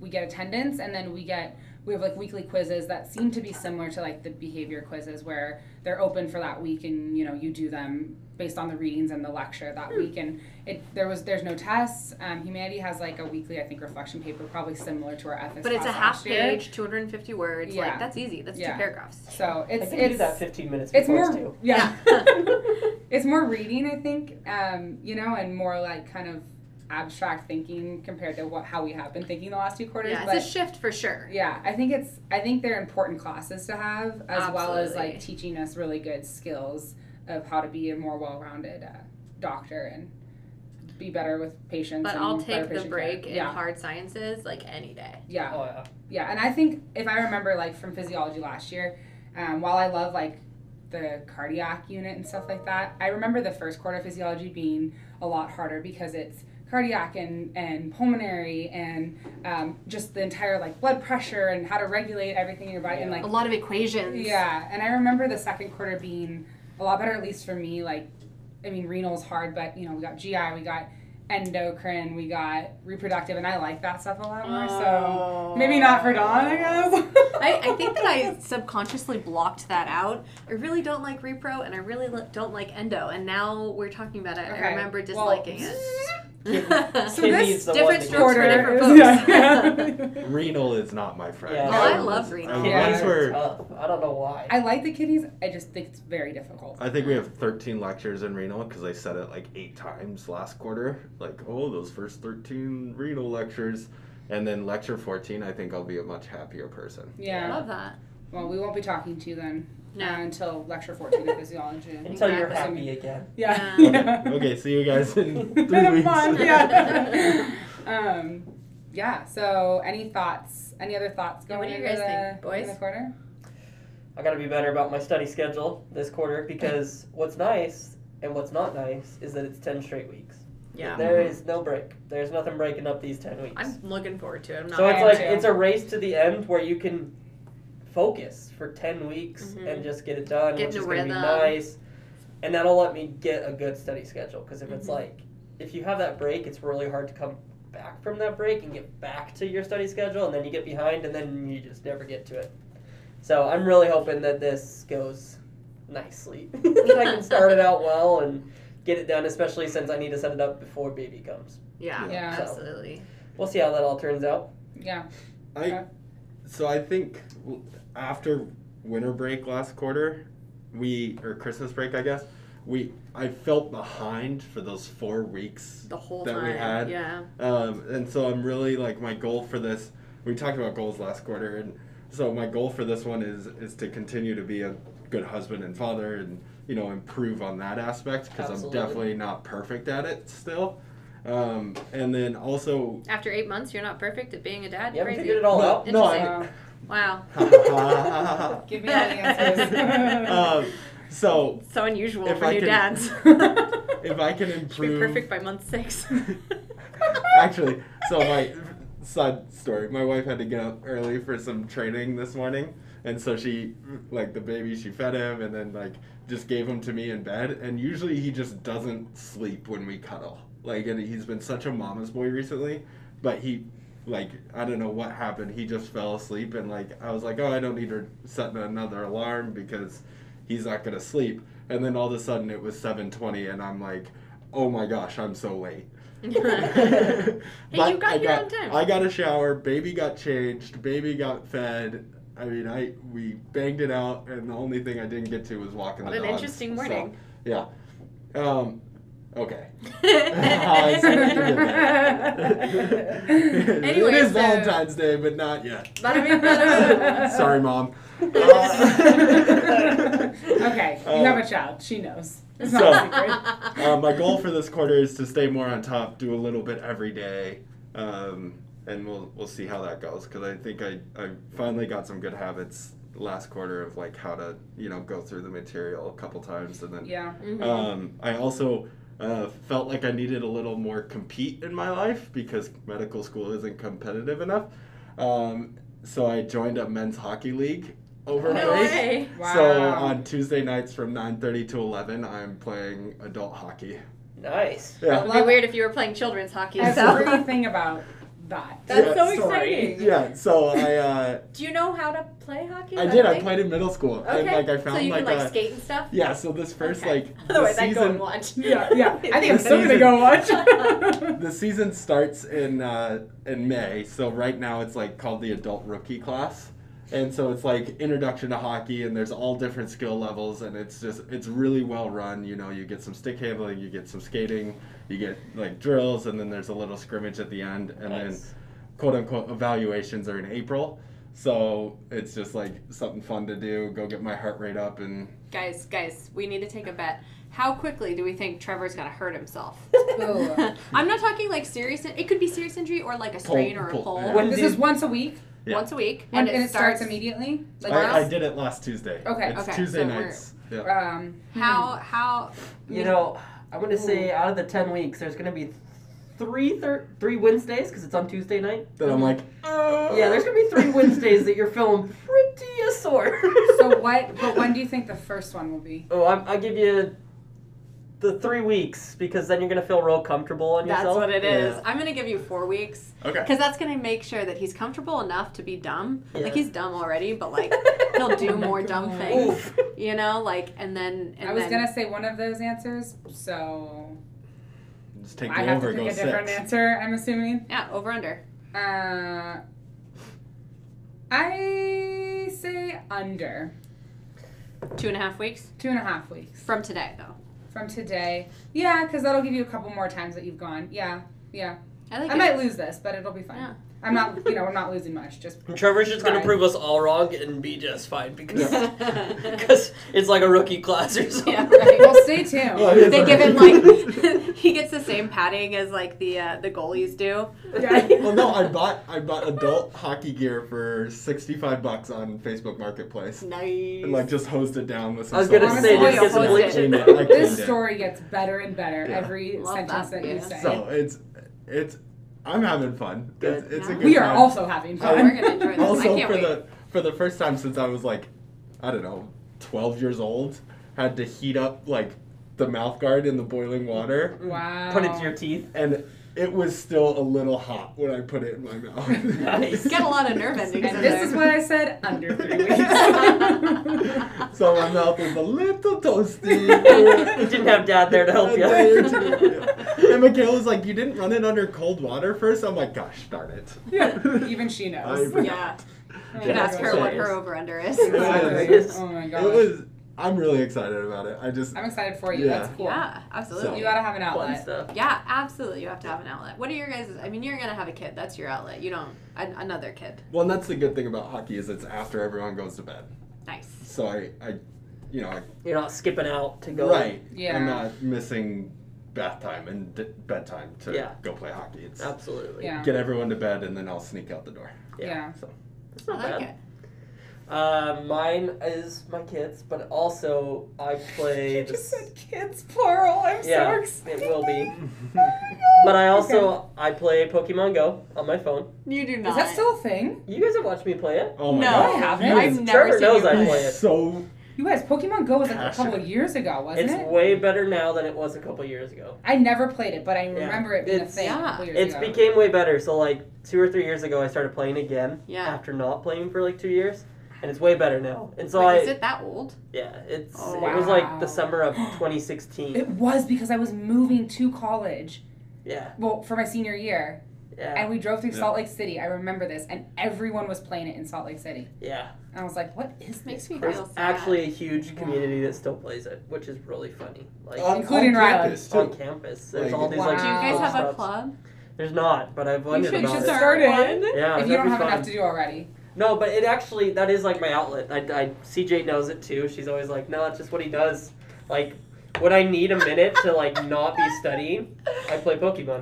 Speaker 1: we get attendance and then we get we have like weekly quizzes that seem to be similar to like the behavior quizzes where they're open for that week and you know you do them based on the readings and the lecture
Speaker 2: Hmm.
Speaker 1: that week and it there was there's no tests um, humanity has like a weekly i think reflection paper probably similar to our ethics
Speaker 2: But it's a
Speaker 1: class
Speaker 2: half
Speaker 1: last year.
Speaker 2: page, 250 words.
Speaker 1: Yeah.
Speaker 2: Like that's easy. That's
Speaker 1: Yeah.
Speaker 2: two paragraphs.
Speaker 1: so
Speaker 4: I
Speaker 1: it's
Speaker 4: can do
Speaker 1: it's
Speaker 4: that 15 minutes
Speaker 1: it's
Speaker 4: before
Speaker 1: more
Speaker 4: it's due.
Speaker 1: yeah
Speaker 2: Yeah.
Speaker 1: it's more reading i think um, you know and more like kind of abstract thinking compared to what how we have been thinking the last two quarters
Speaker 2: yeah,
Speaker 1: but
Speaker 2: it's a shift for sure.
Speaker 1: yeah i think it's i think they're important classes to have as well as like
Speaker 2: Absolutely.
Speaker 1: teaching us really good skills of how to be a more well-rounded uh, doctor and be better with patients
Speaker 2: But
Speaker 1: and
Speaker 2: I'll
Speaker 1: better
Speaker 2: take the
Speaker 1: patient care.
Speaker 2: break in
Speaker 1: yeah
Speaker 2: hard sciences like any day.
Speaker 1: yeah
Speaker 4: Oh, yeah.
Speaker 1: yeah, and I think if I remember, like from physiology last year, um, while I love like the cardiac unit and stuff like that, I remember the first quarter of physiology being a lot harder because it's cardiac and, and pulmonary and um, just the entire like blood pressure and how to regulate everything in your body and like
Speaker 2: A lot of equations.
Speaker 1: yeah, and I remember the second quarter being a lot better, at least for me. Like, I mean, renal's hard, but you know, we got GI, we got endocrine, we got reproductive, and I like that stuff a lot more.
Speaker 4: Oh.
Speaker 1: So maybe not for Dawn, I guess.
Speaker 2: I, I think that I subconsciously blocked that out. I really don't like repro, and I really li- don't like endo. And now we're talking about it.
Speaker 1: Okay,
Speaker 2: I remember
Speaker 1: well,
Speaker 2: disliking it.
Speaker 1: So this
Speaker 4: Kidney's the
Speaker 2: different
Speaker 4: one
Speaker 2: strokes
Speaker 4: that gets
Speaker 2: for
Speaker 4: rid of-
Speaker 2: different
Speaker 1: is-
Speaker 2: folks.
Speaker 1: yeah.
Speaker 3: Renal is not my friend.
Speaker 4: Yeah.
Speaker 2: oh,
Speaker 4: Yeah.
Speaker 2: I love
Speaker 3: Um,
Speaker 2: renal.
Speaker 4: Yeah.
Speaker 3: Once we're,
Speaker 4: Oh, I don't know why.
Speaker 1: I like the kidneys. I just think it's very difficult.
Speaker 3: I think we have 13 lectures in renal because I said it like eight times last quarter. Like, oh, those first 13 renal lectures. And then lecture 14, I think I'll be a much happier person.
Speaker 2: I
Speaker 1: Yeah.
Speaker 2: love that.
Speaker 1: Well, we won't be talking to you then
Speaker 2: No.
Speaker 1: uh, until lecture 14 of physiology.
Speaker 4: Until you're
Speaker 2: Exactly.
Speaker 4: happy again.
Speaker 1: Yeah.
Speaker 2: Yeah.
Speaker 3: Okay, see you guys in three
Speaker 1: In a
Speaker 3: weeks.
Speaker 1: month, yeah. um, yeah. So, any thoughts? Any other thoughts
Speaker 2: Yeah,
Speaker 1: going
Speaker 2: what do you
Speaker 1: into
Speaker 2: guys
Speaker 1: the,
Speaker 2: think, boys?
Speaker 1: in the quarter?
Speaker 4: I gotta be better about my study schedule this quarter because what's nice and what's not nice is that it's 10 straight weeks.
Speaker 2: Yeah.
Speaker 4: There is no break. There's nothing breaking up these 10 weeks.
Speaker 2: I'm looking forward to it. I'm not
Speaker 4: so it's
Speaker 1: I am
Speaker 4: like
Speaker 1: too.
Speaker 4: it's a race to the end where you can focus for 10 weeks
Speaker 2: Mhm.
Speaker 4: and just get it done,
Speaker 2: Get
Speaker 4: which
Speaker 2: in
Speaker 4: is
Speaker 2: a
Speaker 4: going to be
Speaker 2: rhythm.
Speaker 4: nice. And that'll let me get a good study schedule because if it's
Speaker 2: Mhm.
Speaker 4: like if you have that break, it's really hard to come back from that break and get back to your study schedule and then you get behind and then you just never get to it. So I'm really hoping that this goes nicely. that I can start it out well and get it done, especially since I need to set it up before baby comes.
Speaker 2: yeah,
Speaker 1: Yeah.
Speaker 2: absolutely.
Speaker 4: We'll see how that all turns out.
Speaker 1: Yeah.
Speaker 3: I, so I think w- after winter break last quarter, we or Christmas break, I guess, we I felt behind for those four weeks,
Speaker 2: The whole
Speaker 3: That
Speaker 2: time.
Speaker 3: we had.
Speaker 2: Yeah.
Speaker 3: um, and so I'm really like my goal for this. We talked about goals last quarter, and so my goal for this one is is to continue to be a good husband and father, and you know improve on that aspect because I'm
Speaker 4: Absolutely.
Speaker 3: definitely not perfect at it still. Um, and then also,
Speaker 2: After eight months, you're not perfect at being a dad.
Speaker 4: You haven't
Speaker 2: Crazy.
Speaker 4: figured it all
Speaker 3: No,
Speaker 4: out.
Speaker 3: no, I-
Speaker 1: Interesting.
Speaker 2: Wow.
Speaker 1: Give me all the answers.
Speaker 3: um, so
Speaker 2: So unusual
Speaker 3: If
Speaker 2: for
Speaker 3: I
Speaker 2: new
Speaker 3: can-
Speaker 2: dads.
Speaker 3: if I can
Speaker 2: Should be
Speaker 3: improve,
Speaker 2: perfect by month six.
Speaker 3: actually, so my side story. My wife had to get up early for some training this morning, and so she, like the baby, she fed him, and then like just gave him to me in bed. And usually he just doesn't sleep when we cuddle. Like, and he's been such a mama's boy recently, but he. Like I don't know what happened. He just fell asleep, and like I was like, oh, I don't need to set another alarm because he's not gonna sleep. And then all of a sudden it was seven twenty, and I'm like, oh my gosh, I'm so late. But
Speaker 2: you got
Speaker 3: I
Speaker 2: here
Speaker 3: got,
Speaker 2: on time.
Speaker 3: I got a shower. Baby got changed. Baby got fed. I mean, I we banged it out, and the only thing I didn't get to was walking
Speaker 2: What
Speaker 3: the
Speaker 2: an
Speaker 3: dogs.
Speaker 2: interesting
Speaker 3: So,
Speaker 2: morning.
Speaker 3: yeah. Um, okay. I said forget that.
Speaker 2: Anyway,
Speaker 3: it is
Speaker 2: so-
Speaker 3: Valentine's Day, but not yet.
Speaker 2: Let him- let him-
Speaker 3: Sorry, mom.
Speaker 1: okay, you
Speaker 3: Uh,
Speaker 1: have a child. She knows. It's
Speaker 3: so-
Speaker 1: not a secret.
Speaker 3: Uh, my goal for this quarter is to stay more on top, do a little bit every day, um, and we'll we'll see how that goes. Because I think I, I finally got some good habits last quarter of like how to you know go through the material a couple times, and then
Speaker 1: Yeah.
Speaker 2: Mm-hmm.
Speaker 3: um, I also uh, felt like I needed a little more compete in my life because medical school isn't competitive enough. Um, so I joined a men's hockey league over
Speaker 2: no
Speaker 3: break.
Speaker 2: way.
Speaker 1: Wow.
Speaker 3: So uh, on Tuesday nights from 9:30 to 11, I'm playing adult hockey.
Speaker 4: Nice.
Speaker 2: It
Speaker 3: Yeah.
Speaker 2: would be weird if you were playing children's hockey. So.
Speaker 1: Everything about that.
Speaker 2: That's
Speaker 1: story.
Speaker 2: so exciting.
Speaker 3: Yeah, so I uh,
Speaker 2: Do you know how to play hockey?
Speaker 3: I
Speaker 2: Is that
Speaker 3: did.
Speaker 2: a
Speaker 3: I
Speaker 2: thing?
Speaker 3: played in middle school,
Speaker 2: Okay.
Speaker 3: and like I found
Speaker 2: so you
Speaker 3: like,
Speaker 2: can like
Speaker 3: a,
Speaker 2: skate and stuff.
Speaker 3: yeah. So this first
Speaker 2: Okay.
Speaker 3: like the
Speaker 2: Otherwise, I'd go and
Speaker 3: season
Speaker 2: watch.
Speaker 1: Yeah, yeah. I think I'm
Speaker 3: The
Speaker 1: still gonna
Speaker 3: season.
Speaker 1: go watch.
Speaker 3: the season starts in uh, in May. So right now it's like called the adult rookie class, and so it's like introduction to hockey, and there's all different skill levels, and it's just it's really well run. You know, you get some stick handling, you get some skating, you get like drills, and then there's a little scrimmage at the end, and then
Speaker 4: Nice.
Speaker 3: quote unquote evaluations are in April. So it's just like something fun to do. Go get my heart rate up and
Speaker 2: Guys, guys, we need to take a bet. How quickly do we think Trevor's gonna hurt himself?
Speaker 1: Ooh.
Speaker 2: I'm not talking like serious. It could be serious injury or like a strain or a
Speaker 3: pull,
Speaker 2: pull.
Speaker 3: yeah.
Speaker 4: When
Speaker 1: this
Speaker 4: did-
Speaker 1: is once a week,
Speaker 3: Yeah.
Speaker 2: Once a week,
Speaker 1: and, and it starts, immediately. Like
Speaker 2: Wow.
Speaker 3: I, I did it last Tuesday.
Speaker 1: Okay,
Speaker 3: it's
Speaker 2: okay,
Speaker 3: Tuesday
Speaker 2: so we're-
Speaker 3: nights. Yeah.
Speaker 1: um,
Speaker 2: How how
Speaker 4: You know, I'm gonna say out of the ten weeks, there's gonna be three thir- three Wednesdays because it's on Tuesday night.
Speaker 3: Then I'm like, oh.
Speaker 4: Yeah, there's gonna be three Wednesdays that you're feeling pretty sore.
Speaker 1: so what? But when do you think the first one will be?
Speaker 4: Oh, I'm, I give you the three weeks because then you're gonna feel real comfortable on
Speaker 2: that's
Speaker 4: yourself.
Speaker 2: what it is.
Speaker 3: Yeah.
Speaker 2: I'm gonna give you four weeks
Speaker 3: Okay.
Speaker 2: because that's gonna make sure that he's comfortable enough to be dumb.
Speaker 4: Yeah.
Speaker 2: Like he's dumb already, but like he'll do more dumb
Speaker 1: Oh God.
Speaker 2: things. You know, like and then and
Speaker 1: I was
Speaker 2: then,
Speaker 1: gonna say one of those answers, so
Speaker 3: Just take
Speaker 1: I
Speaker 3: the
Speaker 1: have to
Speaker 3: over,
Speaker 1: pick
Speaker 3: go
Speaker 1: a different
Speaker 3: six.
Speaker 1: answer. I'm assuming.
Speaker 2: yeah over under.
Speaker 1: Uh, I say under
Speaker 2: Two and a half weeks
Speaker 1: two and a half weeks
Speaker 2: from today, though.
Speaker 1: from today. Yeah, because that'll give you a couple more times that you've gone. Yeah, yeah.
Speaker 2: I like
Speaker 1: I
Speaker 2: it.
Speaker 1: might lose this, but it'll be fine.
Speaker 2: Yeah.
Speaker 1: I'm not, you know, I'm not losing much. Just
Speaker 5: Trevor's just gonna
Speaker 1: Right.
Speaker 5: prove us all wrong and be just fine because because it's like a rookie class or something.
Speaker 2: Yeah, right.
Speaker 1: well, stay tuned.
Speaker 3: Oh, yeah,
Speaker 2: they give him
Speaker 3: sorry.
Speaker 2: like he gets the same padding as like the uh, the goalies do.
Speaker 1: Yeah.
Speaker 3: Well, no, I bought I bought adult hockey gear for sixty five bucks on Facebook Marketplace,
Speaker 2: Nice.
Speaker 3: and like just hosed it down with some.
Speaker 4: I was gonna
Speaker 1: Honestly,
Speaker 4: say just
Speaker 1: I
Speaker 4: get some
Speaker 2: hope
Speaker 4: bleach
Speaker 2: it-
Speaker 4: in
Speaker 3: I cleaned
Speaker 4: it.
Speaker 3: it.
Speaker 1: This story gets better and better
Speaker 3: Yeah.
Speaker 1: every
Speaker 2: Love
Speaker 1: sentence that,
Speaker 2: that,
Speaker 1: you
Speaker 2: yeah.
Speaker 1: say.
Speaker 3: So it's it's I'm having fun. It's,
Speaker 4: Good.
Speaker 3: it's a
Speaker 2: Yeah.
Speaker 3: good
Speaker 1: we are
Speaker 3: time.
Speaker 1: also having
Speaker 2: Oh,
Speaker 1: fun.
Speaker 2: we're gonna enjoy this.
Speaker 3: also
Speaker 2: I can't
Speaker 3: for
Speaker 2: wait.
Speaker 3: the for the first time since I was like, I don't know, twelve years old, had to heat up like the mouth guard in the boiling water,
Speaker 1: Wow.
Speaker 4: Put it to your teeth.
Speaker 3: and it was still a little hot when I put it in my mouth.
Speaker 4: Nice.
Speaker 2: Get a lot of nerve endings
Speaker 1: And
Speaker 2: in
Speaker 1: this
Speaker 2: there.
Speaker 1: is what I said under three weeks.
Speaker 3: so my mouth is a little
Speaker 4: You
Speaker 3: toasty.
Speaker 4: didn't have dad there to help
Speaker 3: A day or
Speaker 4: you.
Speaker 3: two, yeah. And Michaela was like, "You didn't run it under cold water first? I'm like, "Gosh darn
Speaker 1: Oh
Speaker 3: it!"
Speaker 1: yeah, even she knows.
Speaker 3: I-
Speaker 2: yeah,
Speaker 1: Oh
Speaker 2: you can
Speaker 1: my
Speaker 2: ask her
Speaker 1: gosh.
Speaker 2: what her over under is.
Speaker 3: It
Speaker 1: Exactly.
Speaker 4: was-
Speaker 1: Oh my
Speaker 3: It
Speaker 1: gosh.
Speaker 3: was. I'm really excited about it. I just
Speaker 1: I'm excited for you.
Speaker 3: Yeah.
Speaker 1: That's cool.
Speaker 2: Yeah, absolutely.
Speaker 1: You gotta have an
Speaker 4: Fun
Speaker 1: outlet.
Speaker 4: stuff.
Speaker 2: Yeah, absolutely. You have to have an outlet. What are your guys? I mean, you're gonna have a kid. That's your outlet. You don't an, another kid.
Speaker 3: Well, and that's the good thing about hockey is it's after everyone goes to bed.
Speaker 2: Nice.
Speaker 3: So I, I you know, I,
Speaker 4: You're not skipping out to go.
Speaker 3: right.
Speaker 1: Yeah.
Speaker 3: I'm not missing bath time and d- bedtime to
Speaker 4: Yeah.
Speaker 3: go play hockey. It's
Speaker 4: Absolutely.
Speaker 1: Yeah.
Speaker 3: get everyone to bed and then I'll sneak out the door.
Speaker 1: Yeah.
Speaker 4: It's
Speaker 2: I
Speaker 4: not
Speaker 2: like
Speaker 4: bad.
Speaker 2: it.
Speaker 4: Uh, mine is my kids, but also I play.
Speaker 1: You just
Speaker 4: the-
Speaker 1: said kids plural. I'm
Speaker 4: yeah,
Speaker 1: so excited.
Speaker 4: it will be.
Speaker 1: but
Speaker 4: But I also I play Pokemon Go on my phone.
Speaker 2: You do not.
Speaker 1: Is that still a thing?
Speaker 4: You guys have watched me play it.
Speaker 3: oh my
Speaker 2: no,
Speaker 1: God.
Speaker 3: god.
Speaker 1: I haven't.
Speaker 2: I've never
Speaker 4: Trevor
Speaker 2: seen you
Speaker 4: knows I
Speaker 2: play.
Speaker 4: play
Speaker 2: it.
Speaker 4: it.
Speaker 3: So
Speaker 1: You guys, Pokemon Go was like a couple
Speaker 3: Passionate.
Speaker 1: of years ago, wasn't
Speaker 4: it's
Speaker 1: it?
Speaker 4: way better now than it was a couple years ago.
Speaker 1: I never played it, but I remember it being
Speaker 4: It's-
Speaker 1: a thing. a
Speaker 2: yeah.
Speaker 1: couple years
Speaker 4: It's
Speaker 1: ago.
Speaker 4: became way better. So like two or three years ago, I started playing again.
Speaker 2: Yeah.
Speaker 4: After not playing for like two years, and it's way better now. And
Speaker 2: Wait,
Speaker 4: so I
Speaker 2: is it that old?
Speaker 4: yeah, it's
Speaker 2: Oh,
Speaker 4: it was like
Speaker 1: wow.
Speaker 4: the summer of 2016.
Speaker 1: It was because I was moving to college,
Speaker 4: yeah.
Speaker 1: well, for my senior year,
Speaker 4: Yeah.
Speaker 1: and we drove through
Speaker 3: Yeah.
Speaker 1: Salt Lake City. I remember this, and everyone was playing it in Salt Lake City.
Speaker 4: Yeah.
Speaker 1: And I was like, "What is
Speaker 2: This
Speaker 1: this?"
Speaker 2: makes me
Speaker 4: There's
Speaker 2: feel sad.
Speaker 4: actually a huge community that still plays it, which is really funny. Like
Speaker 3: on-
Speaker 1: Including
Speaker 3: on
Speaker 1: Riley.
Speaker 3: campus, too.
Speaker 4: on campus, there's all these like.
Speaker 1: Wow.
Speaker 2: Do you guys
Speaker 4: cool
Speaker 2: have a
Speaker 4: stuff.
Speaker 2: club?
Speaker 4: There's not, but I've
Speaker 2: You
Speaker 4: wondered
Speaker 2: should
Speaker 4: about
Speaker 2: just
Speaker 4: it.
Speaker 2: start
Speaker 1: Started.
Speaker 2: one.
Speaker 4: Yeah.
Speaker 1: if you don't have
Speaker 4: that'd be fun.
Speaker 1: enough to do already,
Speaker 4: No, but it actually that is like my outlet. I, I CJ knows it too. She's always like, no, it's just what he does. Like when I need a minute to like not be studying, I play Pokemon.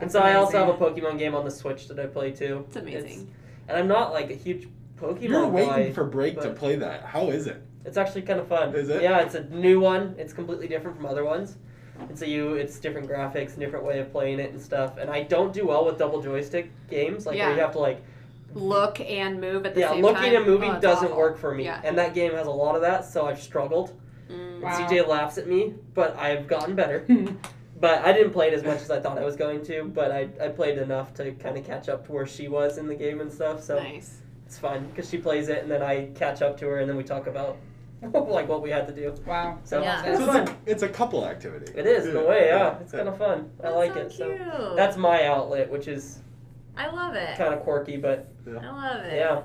Speaker 4: And
Speaker 1: That's
Speaker 4: so I also have a
Speaker 1: amazing.
Speaker 4: Pokemon game on the Switch that I play too.
Speaker 2: It's amazing.
Speaker 4: and I'm not like a huge Pokemon
Speaker 3: you're
Speaker 4: guy.
Speaker 3: waiting for break to
Speaker 4: but-
Speaker 3: play that. How is it?
Speaker 4: It's actually kind of fun.
Speaker 3: Is it?
Speaker 4: Yeah, it's a new one. It's completely different from other ones. And so you, it's different graphics, and different way of playing it and stuff. And I don't do well with double joystick games, like where you
Speaker 2: Yeah.
Speaker 4: have to like
Speaker 2: Look and move at the
Speaker 4: yeah,
Speaker 2: same
Speaker 4: looking
Speaker 2: time.
Speaker 4: at moving
Speaker 2: Oh, it's
Speaker 4: doesn't
Speaker 2: awful.
Speaker 4: work for me.
Speaker 2: Yeah.
Speaker 4: And that game has a lot of that, so I've struggled.
Speaker 2: Mm.
Speaker 1: Wow.
Speaker 4: CJ laughs at me, but I've gotten better.
Speaker 1: Hmm.
Speaker 4: But I didn't play it as much as I thought I was going to, but I, I played enough to kind of catch up to where she was in the game and stuff, so
Speaker 2: Nice.
Speaker 4: it's fun because she plays it and then I catch up to her and then we talk about like what we had to do.
Speaker 1: wow,
Speaker 4: So
Speaker 2: Yeah.
Speaker 4: it's
Speaker 3: So
Speaker 4: fun.
Speaker 3: it's, a, it's a couple activity.
Speaker 4: It is, in a way, yeah. It's kind of fun. I like it. So
Speaker 2: cute.
Speaker 4: that's my outlet, which is
Speaker 2: I love it.
Speaker 4: kind of quirky, but
Speaker 2: I love it.
Speaker 4: yeah.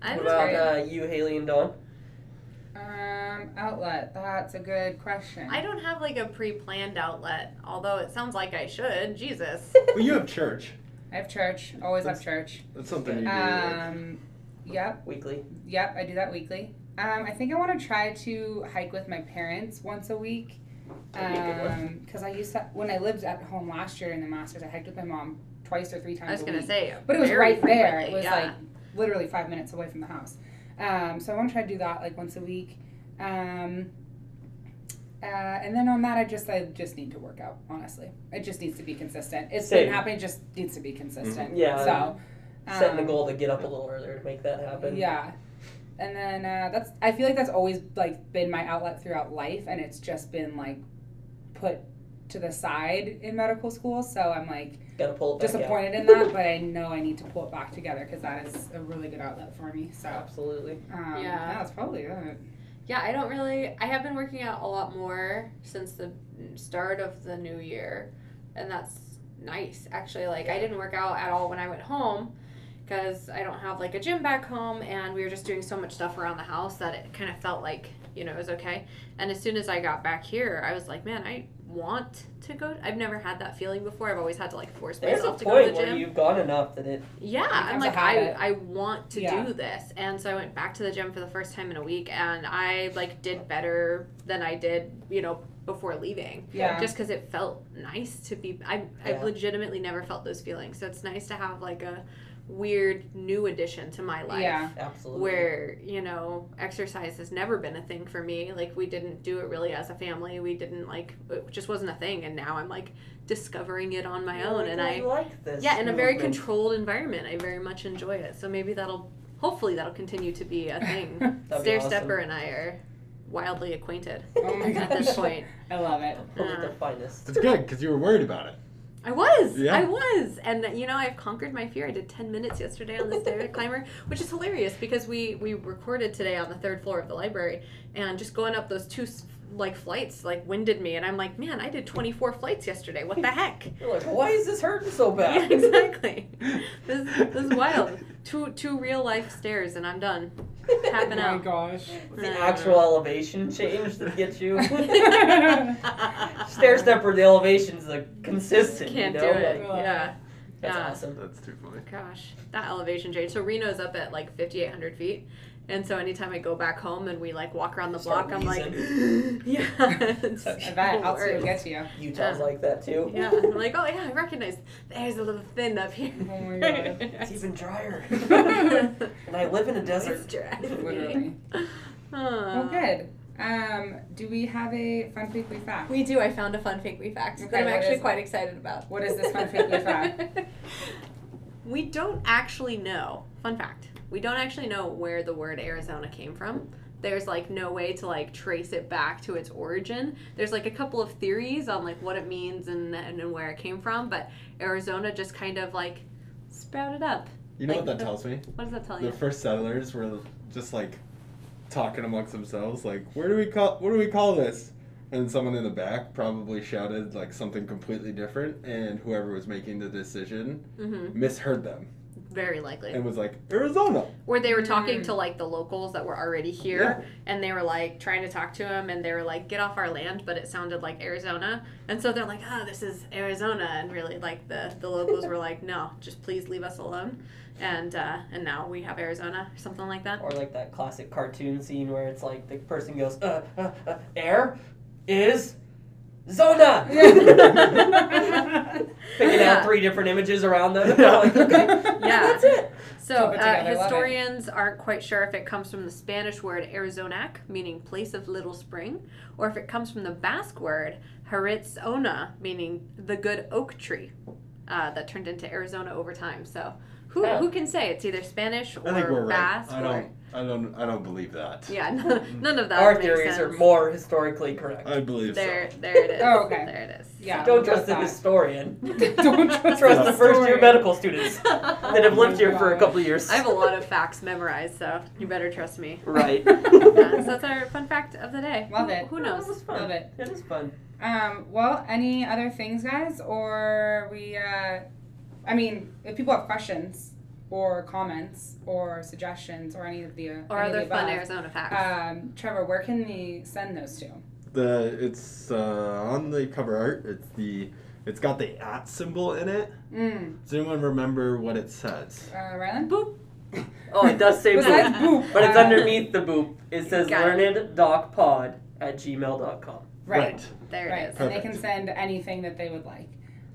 Speaker 2: I
Speaker 4: What
Speaker 2: love
Speaker 4: about
Speaker 2: it.
Speaker 4: uh, you, Haley, and Dawn?
Speaker 1: um, outlet. That's a good question.
Speaker 2: I don't have like a pre-planned outlet, although it sounds like I should. Jesus.
Speaker 3: Well, you have church.
Speaker 1: I have church. Always have church.
Speaker 3: That's something you do.
Speaker 1: Um, yep.
Speaker 4: Weekly.
Speaker 1: Yep, I do that weekly. Um, I think I want to try to hike with my parents once a week.
Speaker 4: That'd be a good one.
Speaker 1: Because I used to, when I lived at home last year in the Masters, I hiked with my mom twice or three times
Speaker 2: I was
Speaker 1: a
Speaker 2: gonna
Speaker 1: week.
Speaker 2: say,
Speaker 1: But it was
Speaker 2: very
Speaker 1: right there. It
Speaker 2: frequently,
Speaker 1: was
Speaker 2: yeah.
Speaker 1: like literally five minutes away from the house. Um, so I want to try to do that like once a week. Um, uh, and then on that, I just I just need to work out. Honestly, it just needs to be consistent. It's
Speaker 4: Same.
Speaker 1: been happening. Just needs to be consistent.
Speaker 4: Yeah.
Speaker 1: So
Speaker 4: setting a
Speaker 1: um,
Speaker 4: goal to get up a little earlier to make that happen.
Speaker 1: Yeah. And then uh, that's I feel like that's always like been my outlet throughout life and it's just been like put to the side in medical school so I'm like
Speaker 4: Gotta pull it back out.
Speaker 1: disappointed in that but I know I need to pull it back together because that is a really good outlet for me so um,
Speaker 4: Absolutely.
Speaker 1: yeah. that's probably it.
Speaker 2: Yeah, I don't really. I have been working out a lot more since the start of the new year, and that's nice actually. Like I didn't work out at all when I went home because I don't have like a gym back home, and we were just doing so much stuff around the house that it kind of felt like you know it was okay. And as soon as I got back here, I was like, man, I want to go. I've never had that feeling before. I've always had to like force
Speaker 4: There's a
Speaker 2: myself to go to
Speaker 4: point
Speaker 2: the
Speaker 4: where
Speaker 2: gym.
Speaker 4: you've gone enough that it.
Speaker 2: Yeah, I'm
Speaker 1: becomes a
Speaker 2: like I,
Speaker 1: habit.
Speaker 2: I want to
Speaker 1: Yeah.
Speaker 2: do this, and so I went back to the gym for the first time in a week, and I like did better than I did, you know, before leaving.
Speaker 1: Yeah.
Speaker 2: Just because it felt nice to be, I
Speaker 4: Yeah.
Speaker 2: I've legitimately never felt those feelings, so it's nice to have like a weird new addition to my life.
Speaker 1: Yeah.
Speaker 4: Absolutely.
Speaker 2: Where you know exercise has never been a thing for me. Like we didn't do it really as a family. We didn't like it just wasn't a thing. And now I'm like discovering it on my
Speaker 4: You're
Speaker 2: own.
Speaker 4: like,
Speaker 2: and
Speaker 4: "Oh,
Speaker 2: I
Speaker 4: you like this.
Speaker 2: yeah in a very
Speaker 4: movement."
Speaker 2: controlled environment i very much enjoy it so maybe that'll hopefully that'll continue to be a thing
Speaker 4: That'd be
Speaker 2: stair
Speaker 4: awesome.
Speaker 2: stepper and i are wildly acquainted
Speaker 1: Oh my
Speaker 2: at this
Speaker 1: gosh.
Speaker 2: point
Speaker 1: I love it.
Speaker 4: Only
Speaker 2: Uh,
Speaker 4: the finest.
Speaker 3: It's good because you were worried about it.
Speaker 2: i was
Speaker 3: Yeah.
Speaker 2: i was and you know i've conquered my fear i did 10 minutes yesterday on the stair climber which is hilarious because we we recorded today on the third floor of the library and just going up those two s- like flights like winded me and i'm like man i did 24 flights yesterday what the heck
Speaker 4: You're like, why is this hurting so
Speaker 2: yeah,
Speaker 4: bad?
Speaker 2: exactly this, this is wild two two real life stairs and i'm done
Speaker 1: Oh
Speaker 2: Happen
Speaker 1: my
Speaker 2: out.
Speaker 1: gosh.
Speaker 4: It's the actual
Speaker 2: uh.
Speaker 4: elevation change that gets you. Stair
Speaker 2: Stairs
Speaker 4: stepper, the elevation's like consistent.
Speaker 2: Can't
Speaker 4: you
Speaker 2: do
Speaker 4: know?
Speaker 2: it.
Speaker 4: Like,
Speaker 2: Yeah.
Speaker 4: that's
Speaker 2: Yeah.
Speaker 4: awesome.
Speaker 3: That's too funny.
Speaker 2: Gosh, that elevation change. So Reno's up at like 5,800 feet. And so anytime I go back home and we like walk around the
Speaker 4: Start
Speaker 2: block, I'm like, yeah. it's
Speaker 1: I bet. I'll see what
Speaker 2: worse.
Speaker 1: gets you.
Speaker 4: Utah's
Speaker 2: Yeah.
Speaker 4: like that too.
Speaker 2: Yeah. I'm like, oh yeah, I recognize the air's a little thin up here.
Speaker 1: Oh my God.
Speaker 4: It's even drier.
Speaker 2: It's
Speaker 4: and I live in a desert.
Speaker 2: dry.
Speaker 1: Literally.
Speaker 2: Uh,
Speaker 1: Well, good. Um, do we have a fun weekly fact?
Speaker 2: We do. I found a fun Finkley fact
Speaker 1: Okay,
Speaker 2: that I'm
Speaker 1: what
Speaker 2: actually
Speaker 1: is it?
Speaker 2: quite excited about.
Speaker 1: What is this fun Finkley fact?
Speaker 2: we don't actually know. Fun fact: We don't actually know where the word Arizona came from. There's like no way to like trace it back to its origin. There's like a couple of theories on like what it means and and, and where it came from, but Arizona just kind of like sprouted up.
Speaker 3: You know
Speaker 2: Like
Speaker 3: what that
Speaker 2: the-
Speaker 3: tells me?
Speaker 2: What does that tell
Speaker 3: The
Speaker 2: you?
Speaker 3: first settlers were just like talking amongst themselves, like, "Where do we call? What do we call this?" And someone in the back probably shouted like something completely different, and whoever was making the decision
Speaker 2: Mm-hmm.
Speaker 3: misheard them
Speaker 2: Very likely.
Speaker 3: and was like, "Arizona."
Speaker 2: Or they were talking
Speaker 1: Mm.
Speaker 2: to like the locals that were already here, and they were like trying to talk to him, and they were like, "Get off our land," but it sounded like Arizona, and so they're like, "Oh, this is Arizona," and really like the the locals were like, "No, just please leave us alone," and uh, and now we have Arizona or something like that.
Speaker 4: Or like that classic cartoon scene where it's like the person goes, uh, uh, uh, air is Zona! Picking
Speaker 2: Yeah.
Speaker 4: out three different images around them. like, okay,
Speaker 2: Yeah.
Speaker 4: that's it.
Speaker 2: So
Speaker 1: Clump it together,
Speaker 2: uh,
Speaker 1: love it.
Speaker 2: historians aren't quite sure if it comes from the Spanish word Arizonac, meaning place of little spring, or if it comes from the Basque word Haritzona, meaning the good oak tree, uh, that turned into Arizona over time. So who,
Speaker 4: Yeah.
Speaker 2: who can say it's either Spanish
Speaker 3: I think
Speaker 2: or
Speaker 3: we're right.
Speaker 2: Basque
Speaker 3: I
Speaker 2: or
Speaker 3: don't. I don't. I don't believe that.
Speaker 2: yeah, none, none of that
Speaker 4: Our
Speaker 2: makes
Speaker 4: theories are
Speaker 2: sense.
Speaker 4: more historically correct.
Speaker 3: I believe
Speaker 2: there.
Speaker 3: so.
Speaker 2: There it is.
Speaker 1: Oh, okay.
Speaker 2: There it is.
Speaker 1: Yeah.
Speaker 4: Don't trust the
Speaker 1: that.
Speaker 4: historian.
Speaker 1: Don't trust,
Speaker 4: Trust the first year
Speaker 1: story.
Speaker 4: medical students that have lived here for a couple of years.
Speaker 2: I have a lot of facts memorized, so you better trust me.
Speaker 4: Right.
Speaker 2: Yeah, so that's our fun fact of the day.
Speaker 1: Love
Speaker 2: Who-
Speaker 1: it.
Speaker 2: Who knows?
Speaker 4: That was fun.
Speaker 1: Love it.
Speaker 4: That is fun.
Speaker 1: Um, well, any other things, guys? Or we, uh, I mean, if people have questions or comments or suggestions or any of the
Speaker 2: Or
Speaker 1: any of
Speaker 2: other
Speaker 1: the
Speaker 2: fun
Speaker 1: above,
Speaker 2: Arizona facts.
Speaker 1: um, Trevor, where can we send those to?
Speaker 3: The it's uh, on the cover art. It's the. It's got the at symbol in it.
Speaker 1: Mm.
Speaker 3: Does anyone remember what it says?
Speaker 1: Uh, Rylan?
Speaker 2: Boop.
Speaker 4: Oh, it does say boop.
Speaker 1: Besides boop,
Speaker 4: But it's
Speaker 1: uh,
Speaker 4: underneath the boop. It says
Speaker 2: Got it.
Speaker 4: learneddogpod at gmail.com.
Speaker 1: Right.
Speaker 2: There it
Speaker 1: Right.
Speaker 2: is.
Speaker 1: And they can send anything that they would like.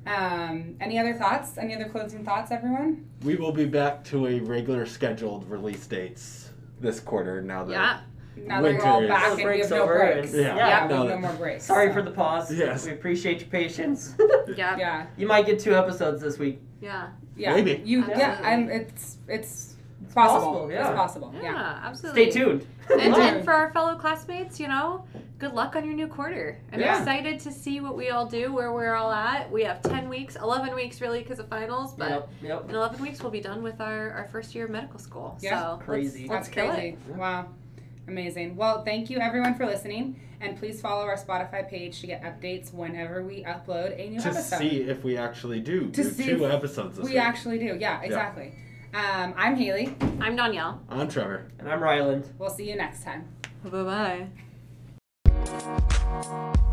Speaker 1: Um, any other thoughts? Any other closing thoughts, everyone?
Speaker 3: We will be back to a regular scheduled release dates this quarter. Now that
Speaker 2: Yeah.
Speaker 1: Now that we're all
Speaker 3: Winter is-
Speaker 1: back and we have
Speaker 4: Break's
Speaker 1: no
Speaker 4: over
Speaker 1: breaks.
Speaker 4: and-
Speaker 3: Yeah.
Speaker 1: yeah,
Speaker 3: Yeah.
Speaker 1: we have no
Speaker 3: No.
Speaker 1: more breaks.
Speaker 4: Sorry
Speaker 1: so-
Speaker 4: for the pause.
Speaker 3: Yes.
Speaker 4: We appreciate your patience.
Speaker 2: Yeah. Yeah.
Speaker 1: Yeah,
Speaker 4: you might get two episodes this week.
Speaker 2: Yeah.
Speaker 1: yeah.
Speaker 3: Maybe.
Speaker 1: You, yeah,
Speaker 2: Absolutely.
Speaker 1: I'm, it's, it's, it's possible.
Speaker 4: possible, yeah.
Speaker 1: It's possible, yeah.
Speaker 2: Absolutely.
Speaker 4: Stay tuned.
Speaker 2: And,
Speaker 1: Yeah.
Speaker 2: and for our fellow classmates, you know, good luck on your new quarter. I'm
Speaker 1: Yeah.
Speaker 2: excited to see what we all do, where we're all at. We have 10 weeks, 11 weeks really because of finals, but
Speaker 4: yep, yep.
Speaker 2: in 11 weeks we'll be done with our, our first year of medical school.
Speaker 1: Yeah.
Speaker 2: So
Speaker 4: Crazy.
Speaker 1: That's
Speaker 2: Let's, let's kill it.
Speaker 1: crazy. Wow. Amazing. Well, thank you everyone for listening. And please follow our Spotify page to get updates whenever we upload a new
Speaker 3: to
Speaker 1: episode.
Speaker 3: see if we actually do
Speaker 1: To
Speaker 3: do
Speaker 1: see
Speaker 3: two
Speaker 1: if
Speaker 3: episodes this
Speaker 1: we
Speaker 3: week.
Speaker 1: actually do. Yeah, exactly. Um, I'm Haley.
Speaker 2: I'm Danielle.
Speaker 3: I'm Trevor.
Speaker 4: And I'm Ryland.
Speaker 1: We'll see you next time.
Speaker 2: Bye bye.